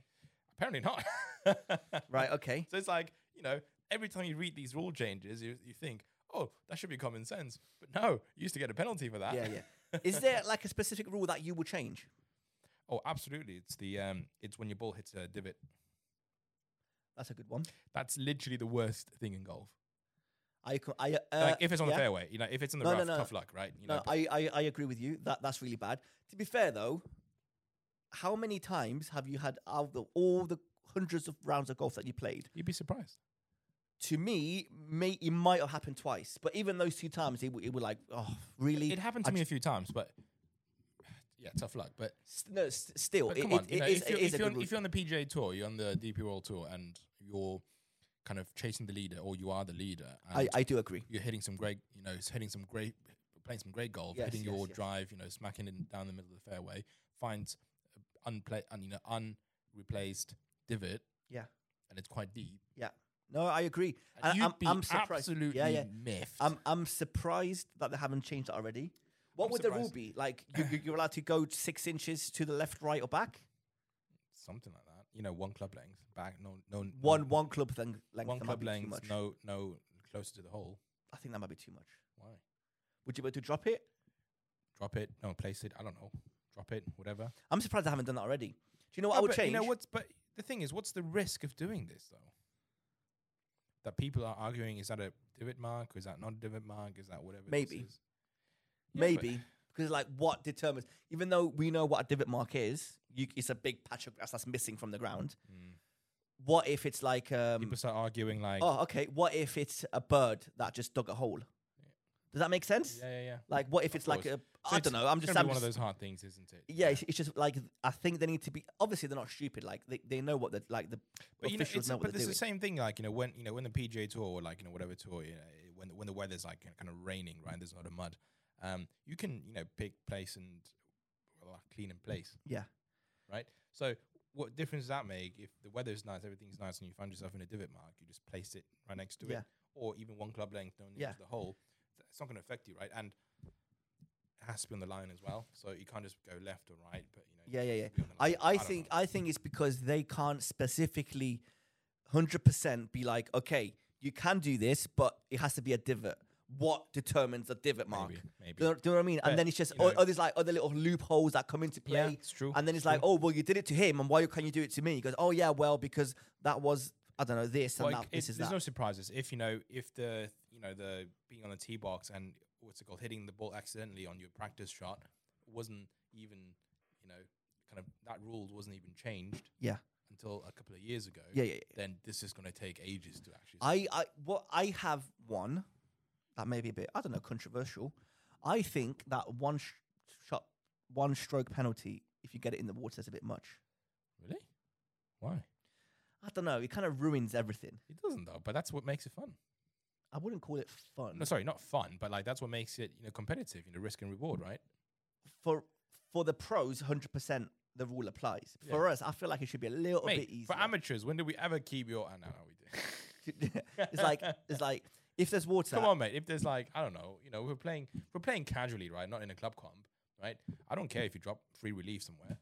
S1: Apparently not.
S2: Right. Okay.
S1: So it's like, you know, every time you read these rule changes, you, you think, oh, that should be common sense. But no, you used to get a penalty for that.
S2: Yeah. Yeah. Is there like a specific rule that you will change?
S1: Oh, absolutely. It's the um, it's when your ball hits a divot.
S2: That's a good one.
S1: That's literally the worst thing in golf.
S2: I co- I uh,
S1: like if it's on the
S2: yeah.
S1: fairway, you know, if it's on the
S2: No, no,
S1: rough,
S2: no.
S1: tough luck, right? You know,
S2: No,
S1: but
S2: I, I I agree with you. That that's really bad. To be fair though, how many times have you had out of the, all the hundreds of rounds of golf that you played?
S1: you'd be surprised.
S2: To me, may it might have happened twice, but even those two times, it, w- it were like, oh, really?
S1: It happened to
S2: I
S1: me a few times, but yeah, tough luck. But,
S2: St- no, s still,
S1: but
S2: it,
S1: come
S2: it-
S1: on, you
S2: it
S1: know, if,
S2: is, it
S1: you're, if,
S2: is
S1: you're
S2: a good
S1: on,
S2: rule.
S1: if you're on the PGA tour, you're on the DP World Tour, and you're kind of chasing the leader, or you are the leader.
S2: I,
S1: and
S2: I do agree.
S1: you're hitting some great, you know, it's hitting some great, playing some great golf,
S2: Yes,
S1: hitting
S2: yes,
S1: your
S2: yes.
S1: drive, you know, smacking it down the middle of the fairway, finds a unplay, un, you know, unreplaced divot,
S2: Yeah.
S1: and it's quite deep.
S2: Yeah. No, I agree.
S1: And
S2: I,
S1: you'd
S2: I'm,
S1: be
S2: I'm surprised.
S1: absolutely
S2: yeah, yeah.
S1: miffed.
S2: I'm I'm surprised that they haven't changed that already. What
S1: I'm
S2: would the rule
S1: surprised.
S2: be? Like you, you- you're allowed to go six inches to the left, right, or back.
S1: Something like that, you know, one club length back, no, no, no-
S2: One one club thing length.
S1: one
S2: that might
S1: club
S2: be too
S1: length,
S2: much.
S1: no, no closer to the hole.
S2: I think that might be too much.
S1: Why?
S2: Would you be able to drop it?
S1: Drop it, no, place it. I don't know. Drop it, whatever.
S2: I'm surprised I haven't done that already. Do you know what
S1: No,
S2: I would
S1: but
S2: change?
S1: You know what's but the thing is, what's the risk of doing this though? That people are arguing is that a divot mark? Or is that not a divot mark? Is that whatever? this
S2: Maybe.
S1: is? Yeah, but-
S2: Maybe because like what determines? Even though we know what a divot mark is, you, it's a big patch of grass that's missing from the ground.
S1: Mm.
S2: What if it's like um,
S1: people start arguing like,
S2: oh okay? What if it's a bird that just dug a hole? Does that make sense?
S1: yeah, yeah, yeah.
S2: Like what if
S1: Of
S2: it's like
S1: course.
S2: a
S1: So
S2: I
S1: it's-
S2: don't know. I'm
S1: it's
S2: just
S1: gonna
S2: I'm
S1: be one of
S2: just-
S1: those hard things, isn't it?
S2: Yeah, it's, it's just like I think they need to be. Obviously, they're not stupid. Like they, they know what the like the
S1: but you know,
S2: officials
S1: it's,
S2: know, what
S1: but
S2: they're
S1: it's
S2: doing.
S1: the same thing. Like you know, when you know when the PGA Tour, or like you know whatever tour, you know, it- when when the weather's like kind of raining, right? There's a lot of mud. Um, you can you know pick place and well, like, clean and place.
S2: yeah,
S1: right? So what difference does that make if the weather's nice, everything's nice, and you find yourself in a divot mark? You just place it right next to
S2: Yeah.
S1: it, or even one club length down
S2: Yeah.
S1: yeah. the hole. th- It's not going to affect you, right? And it has to be on the line as well, so you can't just go left or right. But you know,
S2: yeah, yeah,
S1: it
S2: yeah.
S1: has to be on the
S2: I,
S1: line.
S2: I
S1: don't
S2: think
S1: know.
S2: I think it's because they can't specifically, hundred percent, be like, okay, you can do this, but it has to be a divot. What determines the divot mark?
S1: Maybe, maybe.
S2: Do you, know, do you know what I mean?
S1: But,
S2: and then it's just
S1: you
S2: oh,
S1: know-
S2: oh, there's like other little loopholes that come into play.
S1: Yeah, it's true,
S2: And then
S1: it's
S2: it's like,
S1: true.
S2: oh well, you did it to him, and why can you do it to me? He goes, oh yeah, well because that was I don't know this and
S1: Well,
S2: that.
S1: it-
S2: This
S1: it-
S2: is
S1: there's
S2: that.
S1: no surprises if you know if the you know the being on the tee box and what's it called hitting the ball accidentally on your practice shot wasn't even you know kind of that rule wasn't even changed
S2: yeah.
S1: until a couple of years ago,
S2: Yeah, yeah, yeah.
S1: then this is going to take ages to actually.
S2: I, I what I have one that may be a bit I don't know controversial. I think that one sh- shot, one stroke penalty if you get it in the water is a bit much.
S1: really? Why?
S2: I don't know. It kind of ruins everything.
S1: It doesn't though, but that's what makes it fun.
S2: I wouldn't call it fun
S1: No, sorry, not fun, but like that's what makes it you know competitive. You know, risk and reward, right?
S2: for for the pros. Hundred percent, the rule applies. For us, I feel like it should be a little
S1: Mate,
S2: bit easier.
S1: for amateurs, when do we ever keep your? I know how we do.
S2: it's like it's like if there's water.
S1: Come on, mate. If there's like I don't know, you know, we're playing we're playing casually, right? Not in a club comp, right? I don't care if you drop free relief somewhere.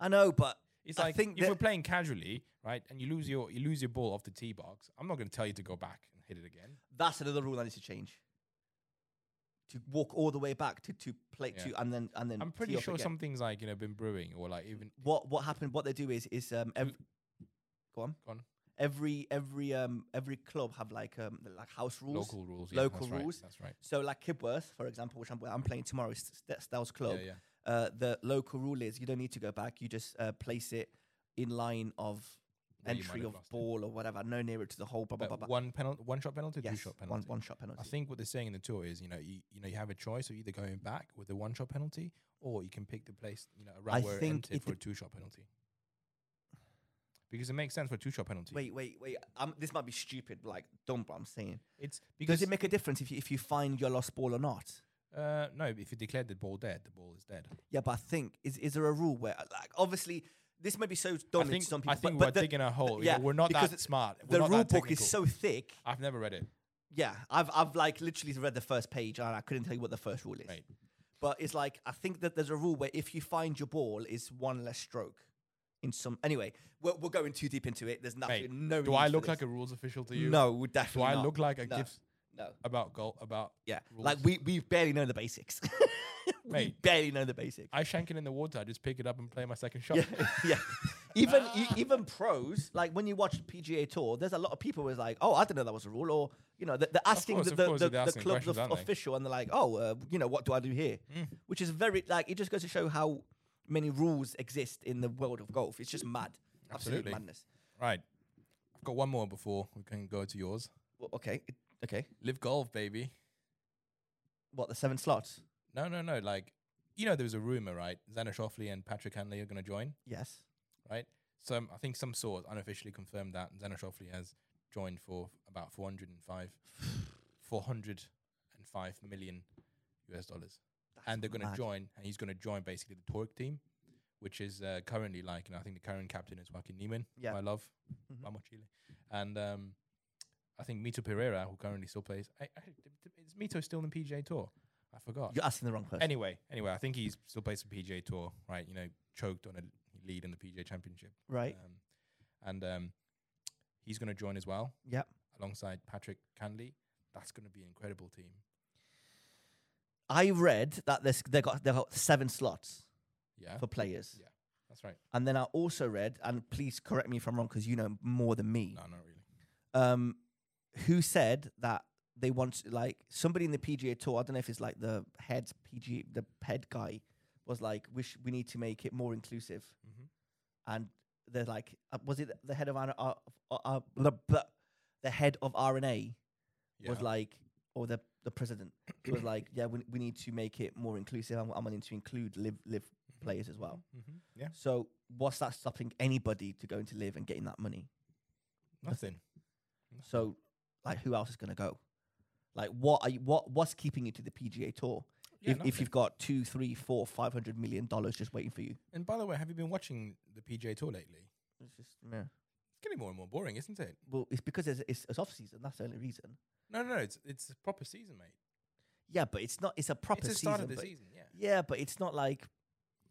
S2: I know, but
S1: It's
S2: I
S1: like
S2: think
S1: if
S2: that-
S1: we're playing casually, right, and you lose your you lose your ball off the tee box. I'm not going to tell you to go back and hit it again.
S2: that's another rule I need to change. To walk all the way back to to play
S1: Yeah.
S2: to and then and then
S1: I'm
S2: tee
S1: pretty
S2: off
S1: sure
S2: again.
S1: something's like you know been brewing or like even
S2: what what happened what they do is is um ev- go on
S1: Go on.
S2: every every um every club have like um the, like house rules
S1: Local rules. Yeah,
S2: Local
S1: that's
S2: rules.
S1: Right, that's right.
S2: so like kibworth for example which i'm, where I'm playing tomorrow is St- stell's club
S1: Yeah, yeah.
S2: uh, the local rule is you don't need to go back. You just uh, place it in line of
S1: Where you might
S2: entry
S1: have
S2: of
S1: lost it.
S2: ball or whatever, no nearer to the hole. Blah blah blah.
S1: But
S2: blah.
S1: one penalty, one shot penalty, two
S2: yes,
S1: shot
S2: one
S1: penalty.
S2: one shot penalty.
S1: I think what they're saying in the tour is, you know, you, you know, you have a choice of either going back with the one shot penalty, or you can pick the place, you know, around
S2: I
S1: where it
S2: think
S1: entered
S2: it
S1: for a
S2: dep-
S1: two shot penalty. Because it makes sense for a two shot penalty.
S2: Wait, wait, wait. Um, this might be stupid, like dumb, but I'm saying.
S1: it's because
S2: Does it make a difference if you, if you find your lost ball or not?
S1: uh, no, if you declare the ball dead, the ball is dead.
S2: Yeah, but I think is is there a rule where uh, like obviously this may be so dumb
S1: I
S2: to
S1: think,
S2: some people.
S1: I think
S2: but,
S1: we're
S2: but the-
S1: digging a hole.
S2: yeah,
S1: Yeah, we're not
S2: because
S1: that smart. We're
S2: the
S1: not
S2: rule
S1: that
S2: book
S1: technical.
S2: is so thick.
S1: I've never read it.
S2: Yeah, I've I've like literally read the first page and I couldn't tell you what the first rule is.
S1: Right.
S2: But it's like I think that there's a rule where if you find your ball, it's one less stroke. In some anyway, we're, we're going too deep into it. There's nothing.
S1: Mate,
S2: no.
S1: do I look like a rules official to you?
S2: No,
S1: Do
S2: definitely.
S1: I
S2: not.
S1: look like a
S2: No.
S1: gift
S2: No.
S1: about goal about?
S2: Yeah.
S1: rules?
S2: Like we we barely know the basics. we
S1: Mate.
S2: barely know the basics.
S1: I shank it in the water. I just pick it up and play my second shot.
S2: Yeah, yeah. Even e- even pros, like when you watch PGA Tour, there's a lot of people who's like, oh, I didn't know that was a rule, or you know, they're, they're asking
S1: course,
S2: the,
S1: of
S2: the,
S1: course,
S2: the,
S1: they're
S2: the
S1: asking
S2: club's
S1: questions,
S2: of-
S1: aren't they? Hmm.
S2: official, and they're like, oh, uh, you know, what do I do here? Which is very like it just goes to show how many rules exist in the world of golf. It's just mad, absolute
S1: Absolutely.
S2: madness.
S1: Right. I've got one more before we can go to yours.
S2: Well, okay, it- okay.
S1: Live golf, baby.
S2: What the seven slots?
S1: No, no, no. Like, you know, there was a rumor, right? Xander Shoffley and Patrick Hanley are going to join,
S2: Yes.
S1: right? Some, I think some source unofficially confirmed that Xander Shoffley has joined for about 405, 405 million US dollars. and they're going to
S2: mad.
S1: join, and he's going to join basically the Torque team, which is uh, currently like, and I think the current captain is Joaquin Neiman,
S2: Yeah.
S1: my love,
S2: Mhm.
S1: Mamo Chile. And um, I think Mito Pereira, who currently still plays, I, I, is Mito still in the PGA Tour? I forgot.
S2: You're asking the wrong person.
S1: Anyway, anyway, I think he's still plays for PGA Tour, right? You know, choked on a lead in the PGA Championship,
S2: right.
S1: Um, and um, he's going to join as well.
S2: Yep.
S1: alongside Patrick Canley. That's going to be an incredible team.
S2: I read that this they got they got seven slots
S1: Yeah,
S2: for players.
S1: Yeah. that's right.
S2: And then I also read, and please correct me if I'm wrong, because you know more than me.
S1: No, not really.
S2: Um, who said that they want like somebody in the PGA Tour? I don't know if it's like the head PGA, the head guy was like, "We sh- we need to make it more inclusive."
S1: Mhm.
S2: And they're like, uh, "Was it the head of R- R- R- R- blah, blah, the head of RNA was
S1: Yeah.
S2: like, or the the president was like, yeah, we, we need to make it more inclusive. I'm, I'm willing to include live live Mm-hmm. players as well."
S1: Mhm. Yeah,
S2: So what's that stopping anybody to going to live and getting that money?
S1: nothing.
S2: So like who else is going to go? Like what are you, what what's keeping you to the PGA Tour?
S1: Yeah,
S2: if, if
S1: nothing.
S2: you've got two, three, four, five hundred million dollars just waiting for you,
S1: And by the way, have you been watching the PGA Tour lately?
S2: it's just yeah.
S1: It's getting more and more boring, isn't it?
S2: Well, it's because it's, it's, it's off season. That's the only reason.
S1: No, no, no. It's it's a proper season, mate.
S2: Yeah, but it's not. It's a proper
S1: it's the
S2: season.
S1: start of the
S2: but-
S1: season. Yeah.
S2: Yeah, but it's not like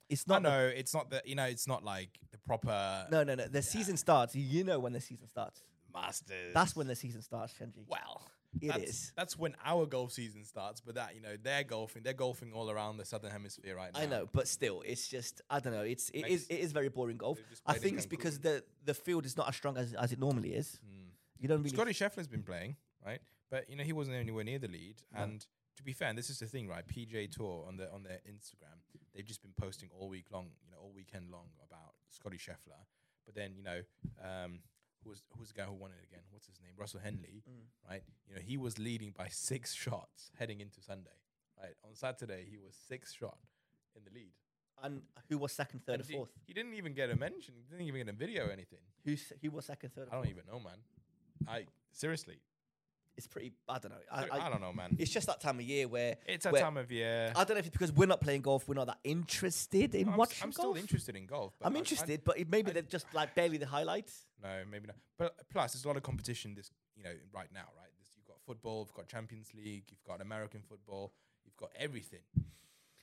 S2: it's not.
S1: no,
S2: the-
S1: no, it's not the you know, it's not like the proper
S2: no, no, no. The season starts. You know when the season starts.
S1: masters.
S2: That's when the season starts, Shenji.
S1: well.
S2: It
S1: that's,
S2: is.
S1: That's when our golf season starts. But that you know, they're golfing. They're golfing all around the southern hemisphere right now.
S2: I know, but still, it's just I don't know. It's it is
S1: Makes-
S2: it is very boring golf.
S1: They've just
S2: I
S1: played in
S2: think it's because
S1: Cancun.
S2: the the field is not as strong as, as it normally is.
S1: Hmm.
S2: You don't really Hmm.
S1: Scotty Scheffler's been playing right, but you know he wasn't anywhere near the lead. And to be fair, and this is the thing, right? PJ Tour on the on their Instagram, they've just been posting all week long, you know, all weekend long about Scotty Scheffler. But then you know, um, who was who was the guy who won it again? What's his name? Russell Henley,
S2: Hmm.
S1: right? You know, he was leading by six shots heading into Sunday. Right on Saturday, he was six shot in the lead.
S2: and who was second, third,
S1: And
S2: or
S1: he-
S2: fourth?
S1: He didn't even get a mention. He didn't even get a video or anything.
S2: Who s- who was second, third? Or
S1: I
S2: fourth?
S1: don't even know, man. I seriously,
S2: It's pretty. I don't know.
S1: I, I don't know, man.
S2: It's just that time of year where
S1: It's a
S2: where-
S1: time of year.
S2: I don't know if it's because we're not playing golf, we're not that interested in
S1: I'm,
S2: watching
S1: am
S2: golf.
S1: still interested in golf. But
S2: I'm
S1: I- I-
S2: interested, but it, maybe
S1: I-
S2: they're just like barely the highlights.
S1: no, maybe not. But plus, there's a lot of competition. This, you know, right now, right? This, you've got football, you've got Champions League, you've got American football, you've got everything.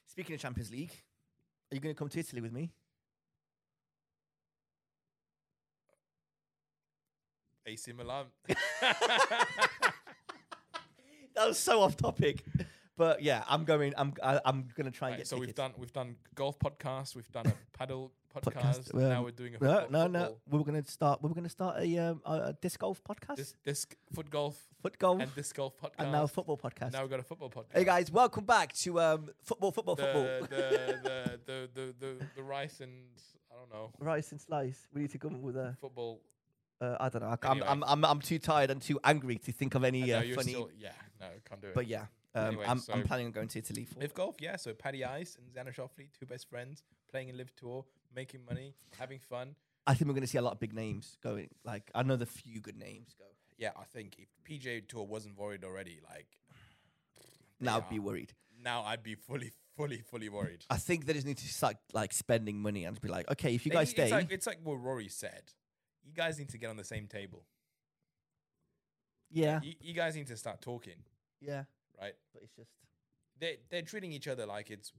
S2: Speaking of Champions League, are you going to come to Italy with me?
S1: AC Milan.
S2: That was so off topic, But yeah, I'm going. I'm I, I'm gonna try and
S3: Right,
S2: get.
S3: so we've
S2: tickets.
S3: done we've done golf podcasts, we've done a paddle podcast.
S2: Podcast,
S3: now
S2: um,
S3: we're doing a
S2: No,
S3: football-
S2: no, no.
S3: football-
S2: We were gonna start. We were gonna start a um, a, a disc golf podcast,
S3: This disc foot golf
S2: foot golf,
S3: and disc golf podcast.
S2: and now a football podcast.
S3: Now we've got a football podcast.
S2: Hey guys, welcome back to um, football, football,
S3: the,
S2: football.
S3: the, the, the, the, the, the rice and I don't know
S2: Rice and slice. We need to come up with a.
S3: football.
S2: Uh, I don't know. I c-
S3: Anyway.
S2: I'm, I'm, I'm, I'm too tired and too angry to think of any
S3: no,
S2: uh,
S3: you're
S2: funny.
S3: still yeah no can't do it.
S2: But yeah, um,
S3: Anyway,
S2: I'm,
S3: so-
S2: I'm planning on going to Italy for.
S1: Live golf, yeah. So Paddy Ice and Xander Shoffley, two best friends, playing in Live Tour, making money, having fun.
S2: I think we're going to see a lot of big names going. Like I know the few good names go.
S1: Yeah, I think if PJ Tour wasn't worried already, like
S2: Now
S1: Yeah.
S2: I'd be worried.
S1: now I'd be fully, fully, fully worried.
S2: I think they just need to start like spending money and be like, okay, if you
S1: Like,
S2: guys stay,
S1: It's like, it's like what Rory said. You guys need to get on the same table.
S2: yeah,
S1: You, you guys need to start talking,
S2: yeah.
S1: right?
S2: But it's just
S1: They they're treating each other like it's,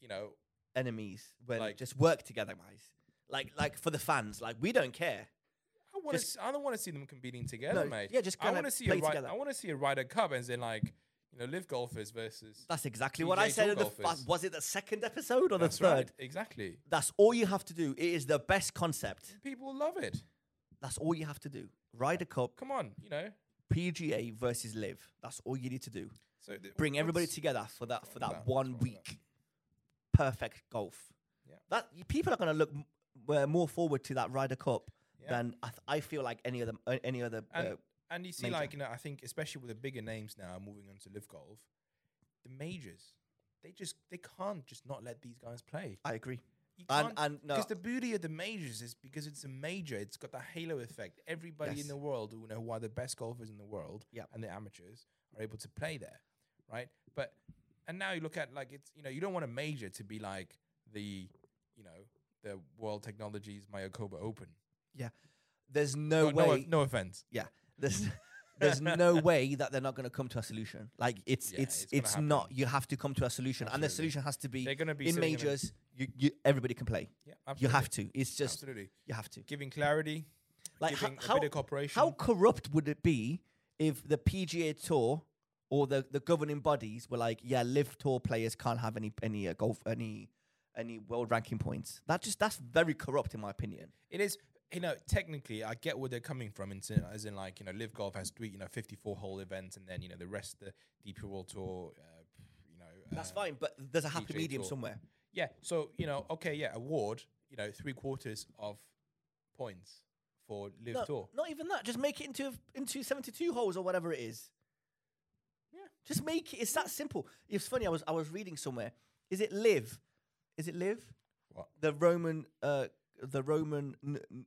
S1: you know,
S2: enemies. When
S1: Like-
S2: just work together, guys. Like, like for the fans, like we don't care.
S1: I want
S2: Just-
S1: to. I don't want to see them competing together,
S2: No,
S1: mate.
S2: yeah, just
S1: I
S2: kinda
S1: want to see a
S2: play
S1: Ry-
S2: together.
S1: I want to see a Ryder Cup, and then like you know, live golfers versus.
S2: That's exactly what
S1: PGA
S2: I said.
S1: Tour
S2: In the f-
S1: golfers.
S2: was it the second episode or
S1: That's
S2: the third?
S1: right, exactly.
S2: That's all you have to do. It is the best concept.
S1: People love it.
S2: That's all you have to do. Ryder Cup,
S1: Come on, you know.
S2: PGA versus Live. That's all you need to do.
S1: So th-
S2: Bring everybody
S1: what's-
S2: together for that for
S1: wrong with that?
S2: that
S1: What's
S2: one
S1: wrong with that?
S2: week. Perfect golf.
S1: Yeah.
S2: That y- people are going to look m- uh, more forward to that Ryder Cup
S1: Yeah.
S2: than I, th- I feel like any other uh, any other.
S1: And,
S2: uh,
S1: and you see,
S2: major.
S1: like, you know, I think especially with the bigger names now moving on to live golf, the majors, they just they can't just not let these guys play.
S2: I agree.
S1: You
S2: And-
S1: can't,
S2: and no-
S1: because the beauty of the majors is because it's a major, it's got the halo effect. Everybody
S2: Yes.
S1: in the world who know why the best golfers in the world
S2: Yep.
S1: and the amateurs are able to play there, right? But and now you look at like it's you know you don't want a major to be like the you know the World Technologies Mayakoba Open.
S2: There's no
S1: no,
S2: way.
S1: no, o- no offense.
S2: Yeah. There's there's no way that they're not going to come to a solution. Like it's
S1: Yeah,
S2: it's
S1: it's gonna
S2: it's, not. You have to come to a solution, and the
S1: Absolutely.
S2: solution has to be
S1: They're going to be
S2: in
S1: sitting a-
S2: majors. You, you everybody can play.
S1: yeah,
S2: You
S1: absolutely.
S2: have to. It's just
S1: absolutely
S2: you have to.
S1: giving clarity,
S2: Like ho-
S1: giving a bit of cooperation.
S2: how corrupt would it be if the PGA Tour or the, the governing bodies were like, yeah, live tour players can't have any any uh, golf any any world ranking points. That just that's very corrupt in my opinion.
S1: It is, you know, technically, I get where they're coming from, in, sen- as in, like, you know, Live Golf has three, you know, 54 hole events, and then, you know, the rest, the DP World Tour, uh, you know.
S2: That's
S1: uh,
S2: fine, but there's a happy
S1: PGA
S2: medium
S1: Tour.
S2: somewhere.
S1: Yeah. So, you know, okay, yeah, award, you know, three quarters of points for Live
S2: No,
S1: Tour.
S2: Not even that. Just make it into into seventy two holes or whatever it is.
S1: Yeah.
S2: Just make it. It's that simple. It's funny. I was I was reading somewhere. Is it live? Is it live?
S1: What?
S2: The Roman uh the Roman n- n-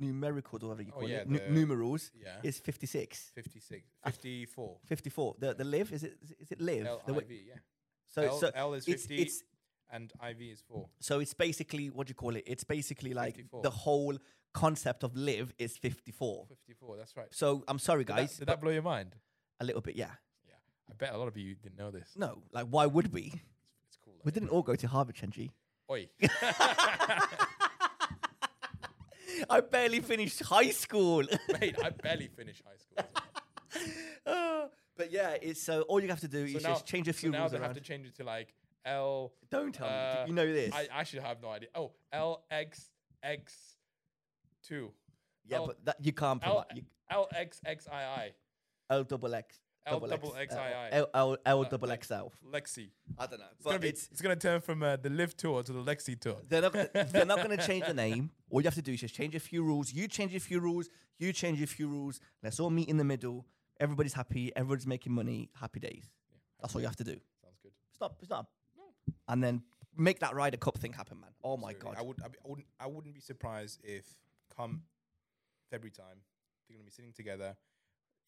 S2: numericals or whatever you
S1: Oh,
S2: call
S1: yeah,
S2: it nu-
S1: the-
S2: numerals
S1: Yeah.
S2: is 56.
S1: 56,
S2: I-
S1: 54.
S2: 54. The the live is it is it- is it live?
S1: L,
S2: The
S1: IV,
S2: way-
S1: yeah.
S2: so
S1: L,
S2: so
S1: L is
S2: it's
S1: 50
S2: it's
S1: and IV is 4.
S2: so it's basically what do you call it? It's basically like
S1: 54.
S2: the whole concept of live is 54.
S1: 54, that's right.
S2: So I'm sorry
S1: Did that-
S2: guys,
S1: did
S2: but
S1: that blow your mind?
S2: a little bit, yeah.
S1: Yeah. I bet a lot of you didn't know this.
S2: No, like why would we?
S1: It's cool.
S2: We
S1: though.
S2: didn't all go to Harvard, Chenji.
S1: Oi.
S2: I barely finished high school.
S1: Mate, I barely finished high school. as well.
S2: Ah, but yeah, it's so all you have to do is
S1: now-
S2: just change a few
S1: so now
S2: rules
S1: they
S2: around.
S1: have to change it to like L.
S2: Don't tell me.
S1: uh,
S2: D- You know this.
S1: I actually have no idea. Oh, L X X two.
S2: yeah,
S1: L-
S2: but that, you can't put
S1: L
S2: that. You-
S1: L X X I I.
S2: L double X.
S1: L double X I I.
S2: L L L
S1: Uh,
S2: double
S1: like-
S2: XL.
S1: Lexi.
S2: I don't know.
S1: It's gonna
S2: But
S1: be.
S2: it's
S1: It's, gonna turn from uh, the Live tour to the Lexi tour.
S2: They're not. They're not going to change the name. All you have to do is just change a few rules. You change a few rules. You change a few rules. Let's all meet in the middle. Everybody's happy. Everybody's making money. Happy days. That's all you have to do.
S1: Sounds good.
S2: It's not. It's not. And then make that Ryder Cup thing happen, man. Oh my
S1: Absolutely.
S2: god.
S1: I would. I, be- I wouldn't. I wouldn't be surprised if come February time they're gonna be sitting together.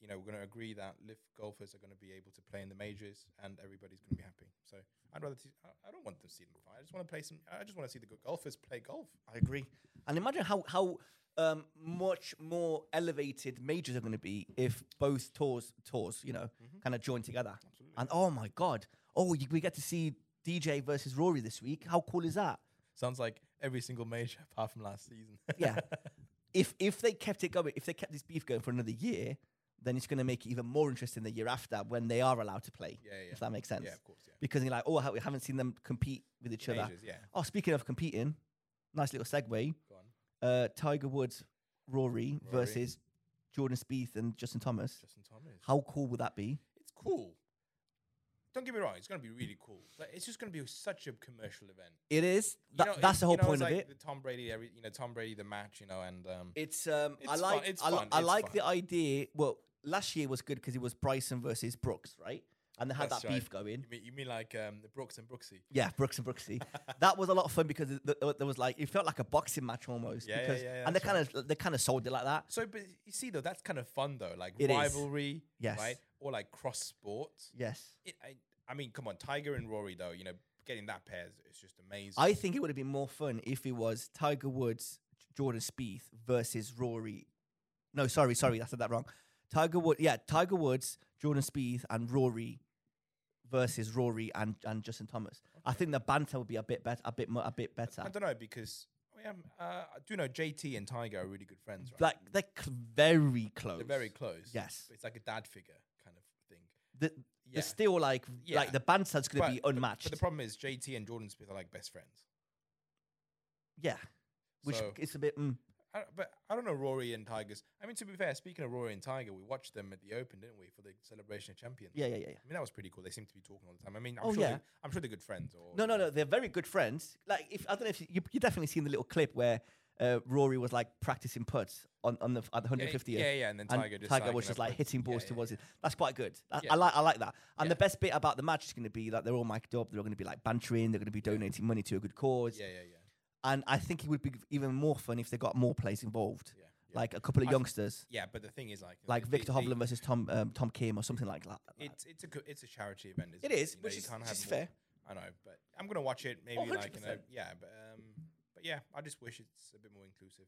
S1: You know, we're gonna agree that Live golfers are gonna be able to play in the majors, and everybody's gonna be happy. So I'd rather. See, I, I don't want them to see them fight. I just want to play some. I just want to see the good golfers play golf.
S2: I agree. And imagine how how um, much more elevated majors are going to be if both tours tours you know
S1: Mm-hmm.
S2: kind of join together. And oh my god, oh you, we get to see DJ versus Rory this week. How cool is that?
S1: Sounds like every single major apart from last season.
S2: Yeah. if if they kept it going, if they kept this beef going for another year, then it's going to make it even more interesting the year after when they are allowed to play.
S1: Yeah, yeah,
S2: If that makes sense.
S1: Yeah, of course. Yeah.
S2: Because you're like, oh, ha- we haven't seen them compete with each other.
S1: Ages, yeah.
S2: Oh, speaking of competing, nice little segue.
S1: Go on.
S2: Uh, Tiger Woods, Rory,
S1: Rory.
S2: versus Jordan Spieth and Justin Thomas.
S1: Justin Thomas.
S2: How cool would that be?
S1: It's cool. Don't get me wrong. It's gonna be really cool. Like, it's just gonna be such a commercial event.
S2: It is.
S1: You
S2: That,
S1: know,
S2: that's
S1: it-
S2: the whole
S1: you know,
S2: point
S1: it's
S2: of
S1: like
S2: it.
S1: The Tom Brady, every, you know, Tom Brady, the match, you know, and um,
S2: It's um, I
S1: It's
S2: like
S1: fun- it's
S2: I, li-
S1: fun,
S2: I
S1: it's
S2: like
S1: fun.
S2: the idea. Well, last year was good because it was Bryson versus Brooks, right? And they had
S1: That's
S2: that
S1: right.
S2: beef going.
S1: you mean you mean like um, the Brooks and Brooksy?
S2: Yeah, Brooks and Brooksy. that was a lot of fun because th- th- there was like it felt like a boxing match almost.
S1: Yeah, yeah,
S2: because,
S1: yeah,
S2: And they
S1: that's
S2: kind of they kind of sold it like that.
S1: So, but you see though, that's kind of fun though, like
S2: It is.
S1: rivalry,
S2: Yes.
S1: right, or like cross sports.
S2: Yes,
S1: It, I, I mean, come on, Tiger and Rory though, you know, getting that pair is, is just amazing.
S2: I think it would have been more fun if it was Tiger Woods, J- Jordan Spieth versus Rory. No, sorry, sorry, I said that wrong. Tiger Woods, yeah, Tiger Woods, Jordan Spieth, and Rory versus Rory and, and Justin Thomas. I think the banter would be a bit better, a bit more, a bit better.
S1: I don't know because I, mean, um, uh, I do know JT and Tiger are really good friends, right?
S2: Like they're cl- very close.
S1: They're very close.
S2: Yes.
S1: But it's like a dad figure kind of thing.
S2: The,
S1: Yeah.
S2: They're still like
S1: Yeah.
S2: like the banter's going to be unmatched.
S1: But, the problem is JT and Jordan Smith are like best friends.
S2: yeah, which
S1: So-
S2: it's a bit. Mm,
S1: I, but I don't know Rory and Tigers. I mean, to be fair, speaking of Rory and Tiger, we watched them at the Open, didn't we, for the celebration of champions?
S2: yeah, yeah, yeah, yeah.
S1: I mean, that was pretty cool. They seem to be talking all the time. I mean, I'm,
S2: Oh,
S1: sure,
S2: yeah.
S1: they, I'm sure they're good friends. Or
S2: No, no, no. They're very good friends. Like, if I don't know if you, you, you definitely seen the little clip where uh, Rory was like practicing putts on on the at the
S1: Yeah,
S2: 150th.
S1: yeah, yeah. And then
S2: And
S1: Tiger just
S2: Tiger
S1: like,
S2: was
S1: you know,
S2: just like
S1: puts-
S2: hitting balls
S1: yeah, yeah,
S2: towards it. That's quite good. I,
S1: Yeah.
S2: I like I like that. And the
S1: Yeah.
S2: best bit about the match is going to be that they're all mic'd up. They're going to be like bantering. They're going to be donating money to a good cause.
S1: Yeah, yeah, yeah.
S2: And I think it would be even more fun if they got more players involved,
S1: Yeah,
S2: like a couple of
S1: I th-
S2: youngsters,
S1: Yeah, but the thing is, like,
S2: like
S1: the-
S2: Victor
S1: the-
S2: Hovland versus Tom um, Tom Kim or something like that.
S1: It's it's a co- it's a charity event. Isn't
S2: It
S1: it
S2: is,
S1: You know,
S2: which
S1: you
S2: is-
S1: can't
S2: which
S1: have
S2: is
S1: more-
S2: fair.
S1: I know, but I'm gonna watch it. Maybe like you know,
S2: 100%.
S1: yeah, but um, but yeah, I just wish it's a bit more inclusive.